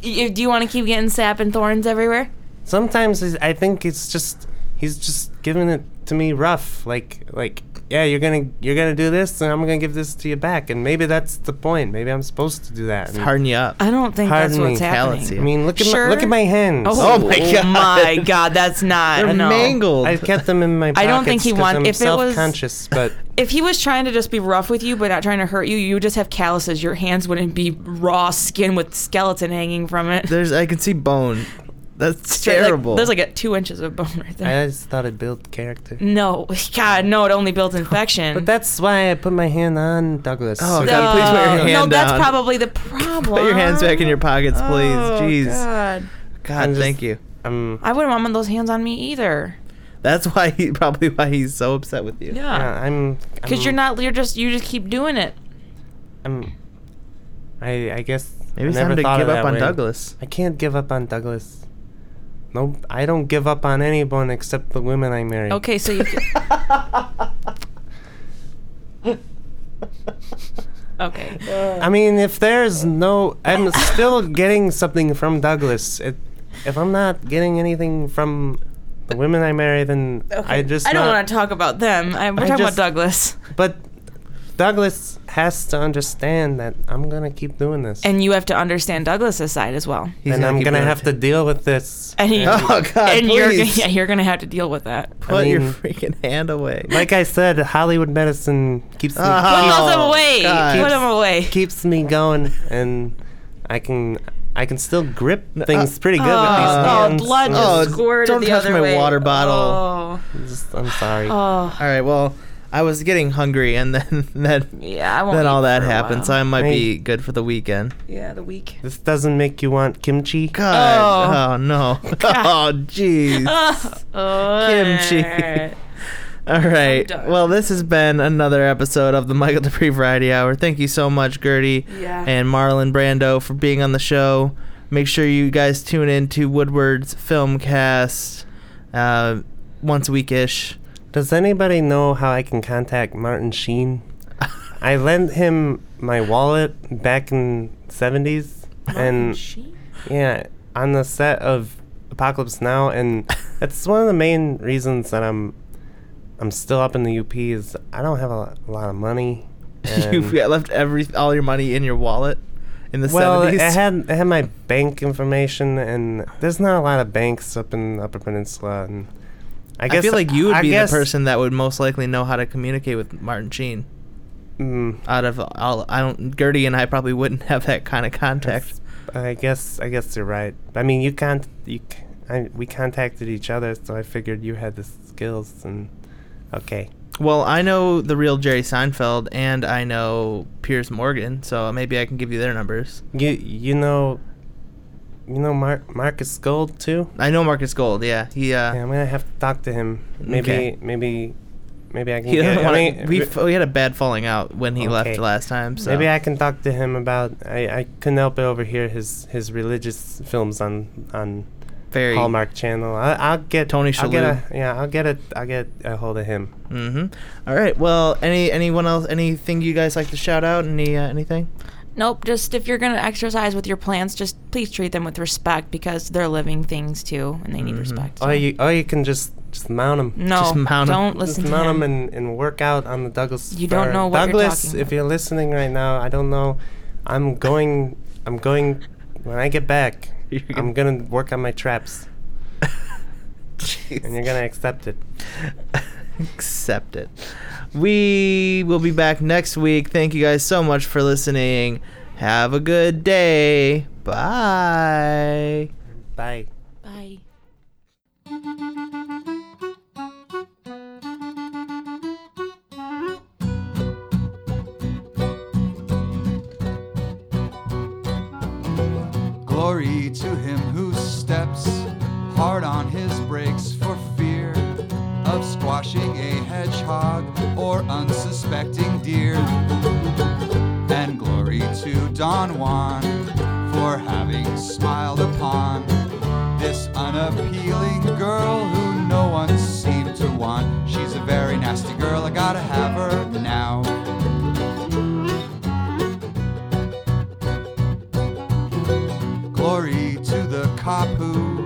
Y- Do you want to keep getting sap and thorns everywhere?
Sometimes it's- I think it's just he's just giving it to me rough, like like yeah, you're gonna you're gonna do this, and I'm gonna give this to you back, and maybe that's the point. Maybe I'm supposed to do that. and-
Harden you up.
I don't think that's
Hardening
what's
talents,
happening.
yeah.
I mean, look at
Sure.
my, look at my hands.
Oh my God.
my God, that's not.
They're
no.
mangled.
I kept them in my.
I
Pockets
don't think he
'cause
want-
I'm
if it was-
self-conscious, but
If he was trying to just be rough with you, but not trying to hurt you, you would just have calluses. Your hands wouldn't be raw skin with skeleton hanging from it.
There's, I can see bone. That's
Straight, like-
terrible.
there's like a two inches of bone right there.
I just thought it built character.
no, God, no! It only builds infection.
But that's why I put my hand on Douglas.
Oh,
so
God,
that-
please put your
No,
hand
that's
down.
probably the problem.
Put your hands back in your pockets,
Oh,
please. Jeez. God,
God.
I'm just-
thank you.
Um,
I wouldn't want those hands on me either.
That's why he probably why he's so upset with you.
yeah,
Yeah,
I'm.
because
I'm-
Ah. you're not. You're just. You just keep doing it.
I'm. I I guess.
Maybe
I
it's
never
time to
thought of
give up
that
on
way.
Douglas.
I can't give up on Douglas. No, I don't give up on anyone except the women I marry.
Okay, so you. okay.
I mean, if there's no, I'm still getting something from Douglas. It, if I'm not getting anything from the women I marry, then I just.
I don't
not-
want to talk about them. I, we're
I
talking
just-
about Douglas,
But Douglas has to understand that I'm gonna keep doing this,
and you have to understand Douglas's side as well.
He's
and I'm
keep
gonna
doing
have
it.
to deal with this.
And he,
Oh God!
and you're
please.
yeah, you're gonna have to deal with that.
Put your
mean-
freaking hand away.
Like I said, Hollywood medicine keeps me
Ah.
Put them
Oh,
away.
God.
Put them away.
keeps me going, and I can I can still grip
No,
things
uh,
pretty good
Oh,
with these hands.
blood
I'm
Oh,
just squirted
don't
the
touch
other
my
way.
water bottle.
just- I'm sorry.
Oh, oh.
All right. Well, I was getting hungry, and then that
yeah. I won't
then
eat
all that
for a
happened,
while.
so I might be
Hey.
good for the weekend.
yeah, the week.
This doesn't make you want kimchi.
God. Oh, no.
God.
oh, jeez.
Oh,
Kimchi. All right.
done.
Well, this has been another episode of the Michael Dupree Variety Hour. Thank you so much, Gertie
Yeah.
and Marlon Brando, for being on the show. Make sure you guys tune in to Woodward's Filmcast uh, once a week ish.
Does anybody know how I can contact Martin Sheen? I lent him my wallet back in 70s and yeah, on the set of Apocalypse Now and that's one of the main reasons that I'm I'm still up in the UP is I don't have a, lo- a lot of money.
You've
and-
got- left every all your money in your wallet in the
well,
70s.
I had I had my bank information, and there's not a lot of banks up in Upper Peninsula, and I
I
guess
feel like you would
I
be
guess-
the person that would most likely know how to communicate with Martin Sheen.
Mm,
Out of all, I don't. Gertie and I probably wouldn't have that kind of contact.
I guess I guess you're right. I mean, you can't you. c I we contacted each other, so I figured you had this skills and okay.
Well, I know the real Jerry Seinfeld and I know Piers Morgan, so maybe I can give you their numbers.
You you know you know Mar- Marcus Gold too?
I know Marcus Gold. Yeah, he. Uh,
Yeah, I'm gonna have to talk to him. Maybe
Okay.
maybe maybe I can
He
get
doesn't
I
want
mean,
to. We,
r-
f- we had a bad falling out when he
Okay.
left last time. So
Maybe I can talk to him about I, I couldn't help but overhear his, his religious films on on
very
Hallmark Channel. I, I'll get
Tony
I'll get a,
Shalhoub.
yeah, I'll get it. I'll get a hold of him.
hmm All right. Well, any anyone else? Anything you guys like to shout out? Any uh, anything?
Nope. Just if you're gonna exercise with your plants, just please treat them with respect because they're living things too, and they need
Mm-hmm.
Mhm.
respect.
Or you or you can just just mount him.
no,
just mount 'em.
don't
Just
listen
mount
to him.
him and, and work out on the Douglas.
You don't
fir.
know what you're
Douglas,
talking
if
about.
you're listening right now, I don't know. I'm going. I'm going. When I get back,
You're
I'm gonna work on my traps, and you're gonna accept it.
accept it. We will be back next week. Thank you guys so much for listening. Have a good day. Bye.
Bye.
Bye.
Glory to him who steps hard on his brakes for fear of squashing a hedgehog or unsuspecting deer. And glory to Don Juan for having smiled upon this unappealing girl who no one seemed to want. She's a very nasty girl, I gotta have her now. Glory to the cop who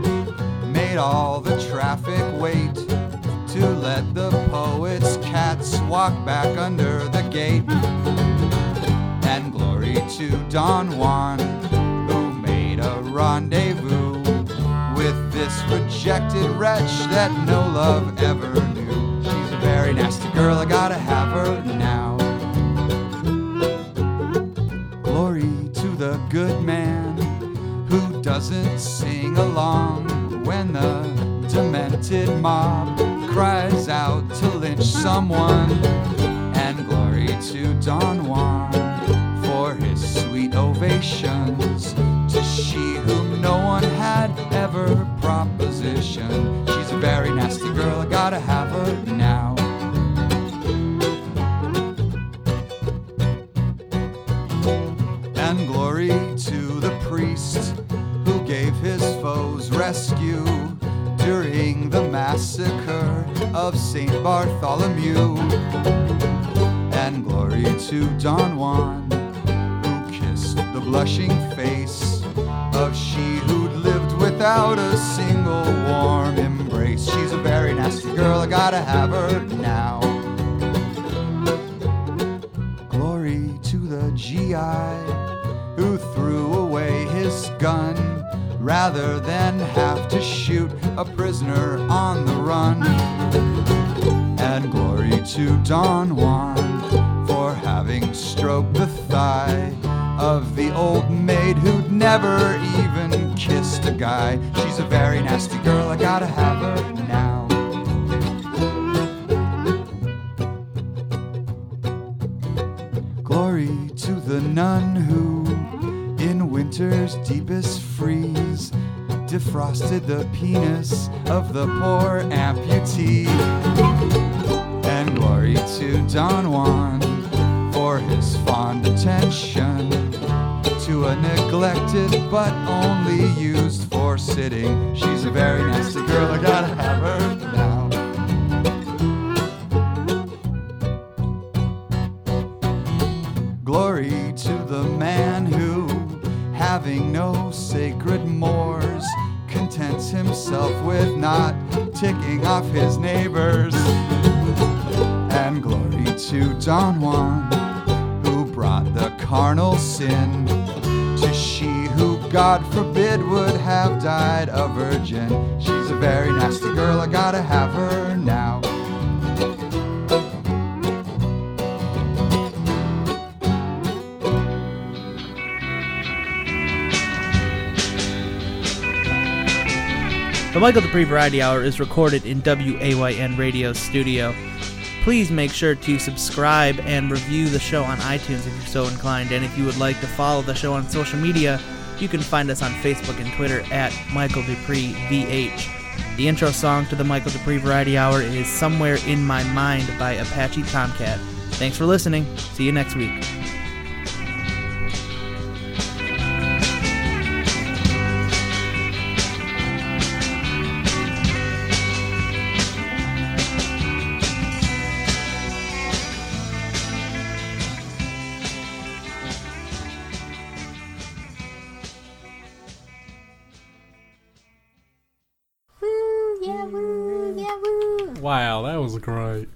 made all the traffic wait to let the poet's cats walk back under the gate. And glory to Don Juan who made a rendezvous with this rejected wretch that no love ever knew. She's a very nasty girl, I gotta have her now. Glory to the good man who doesn't sing along when the demented mob cries out to lynch someone. And glory to Don Juan for his sweet ovations to she whom no one had ever propositioned. She's a very nasty girl, I gotta have her now. and glory to the priest who gave his foes rescue during the massacre of St. Bartholomew. And glory to Don Juan who kissed the blushing face of she who'd lived without a single warm embrace. She's a very nasty girl, I gotta have her now. Glory to the GI who threw away his gun rather than have to shoot a prisoner on the run. And glory to Don Juan for having stroked the thigh of the old maid who'd never even kissed a guy. She's a very nasty girl, I gotta have her now. Glory to the nun who, in winter's deepest freeze, defrosted the penis of the poor amputee. And glory to Don Juan for his fond attention to a neglected but only used for sitting. She's a very nasty girl, I gotta have her now. Glory to the man who, having no sacred mores, contents himself with not ticking off his neighbors. And glory to Don Juan, who brought the carnal sin to she who, God forbid, would have died a virgin. She's a very nasty girl, I gotta have her now.
The Michael Dupree Variety Hour is recorded in WAYN Radio's studio. Please make sure to subscribe and review the show on iTunes if you're so inclined. And if you would like to follow the show on social media, you can find us on Facebook and Twitter at Michael Dupree VH. The intro song to the Michael Dupree Variety Hour is Somewhere in My Mind by Apache Tomcat. Thanks for listening. See you next week.
Wow, that was great.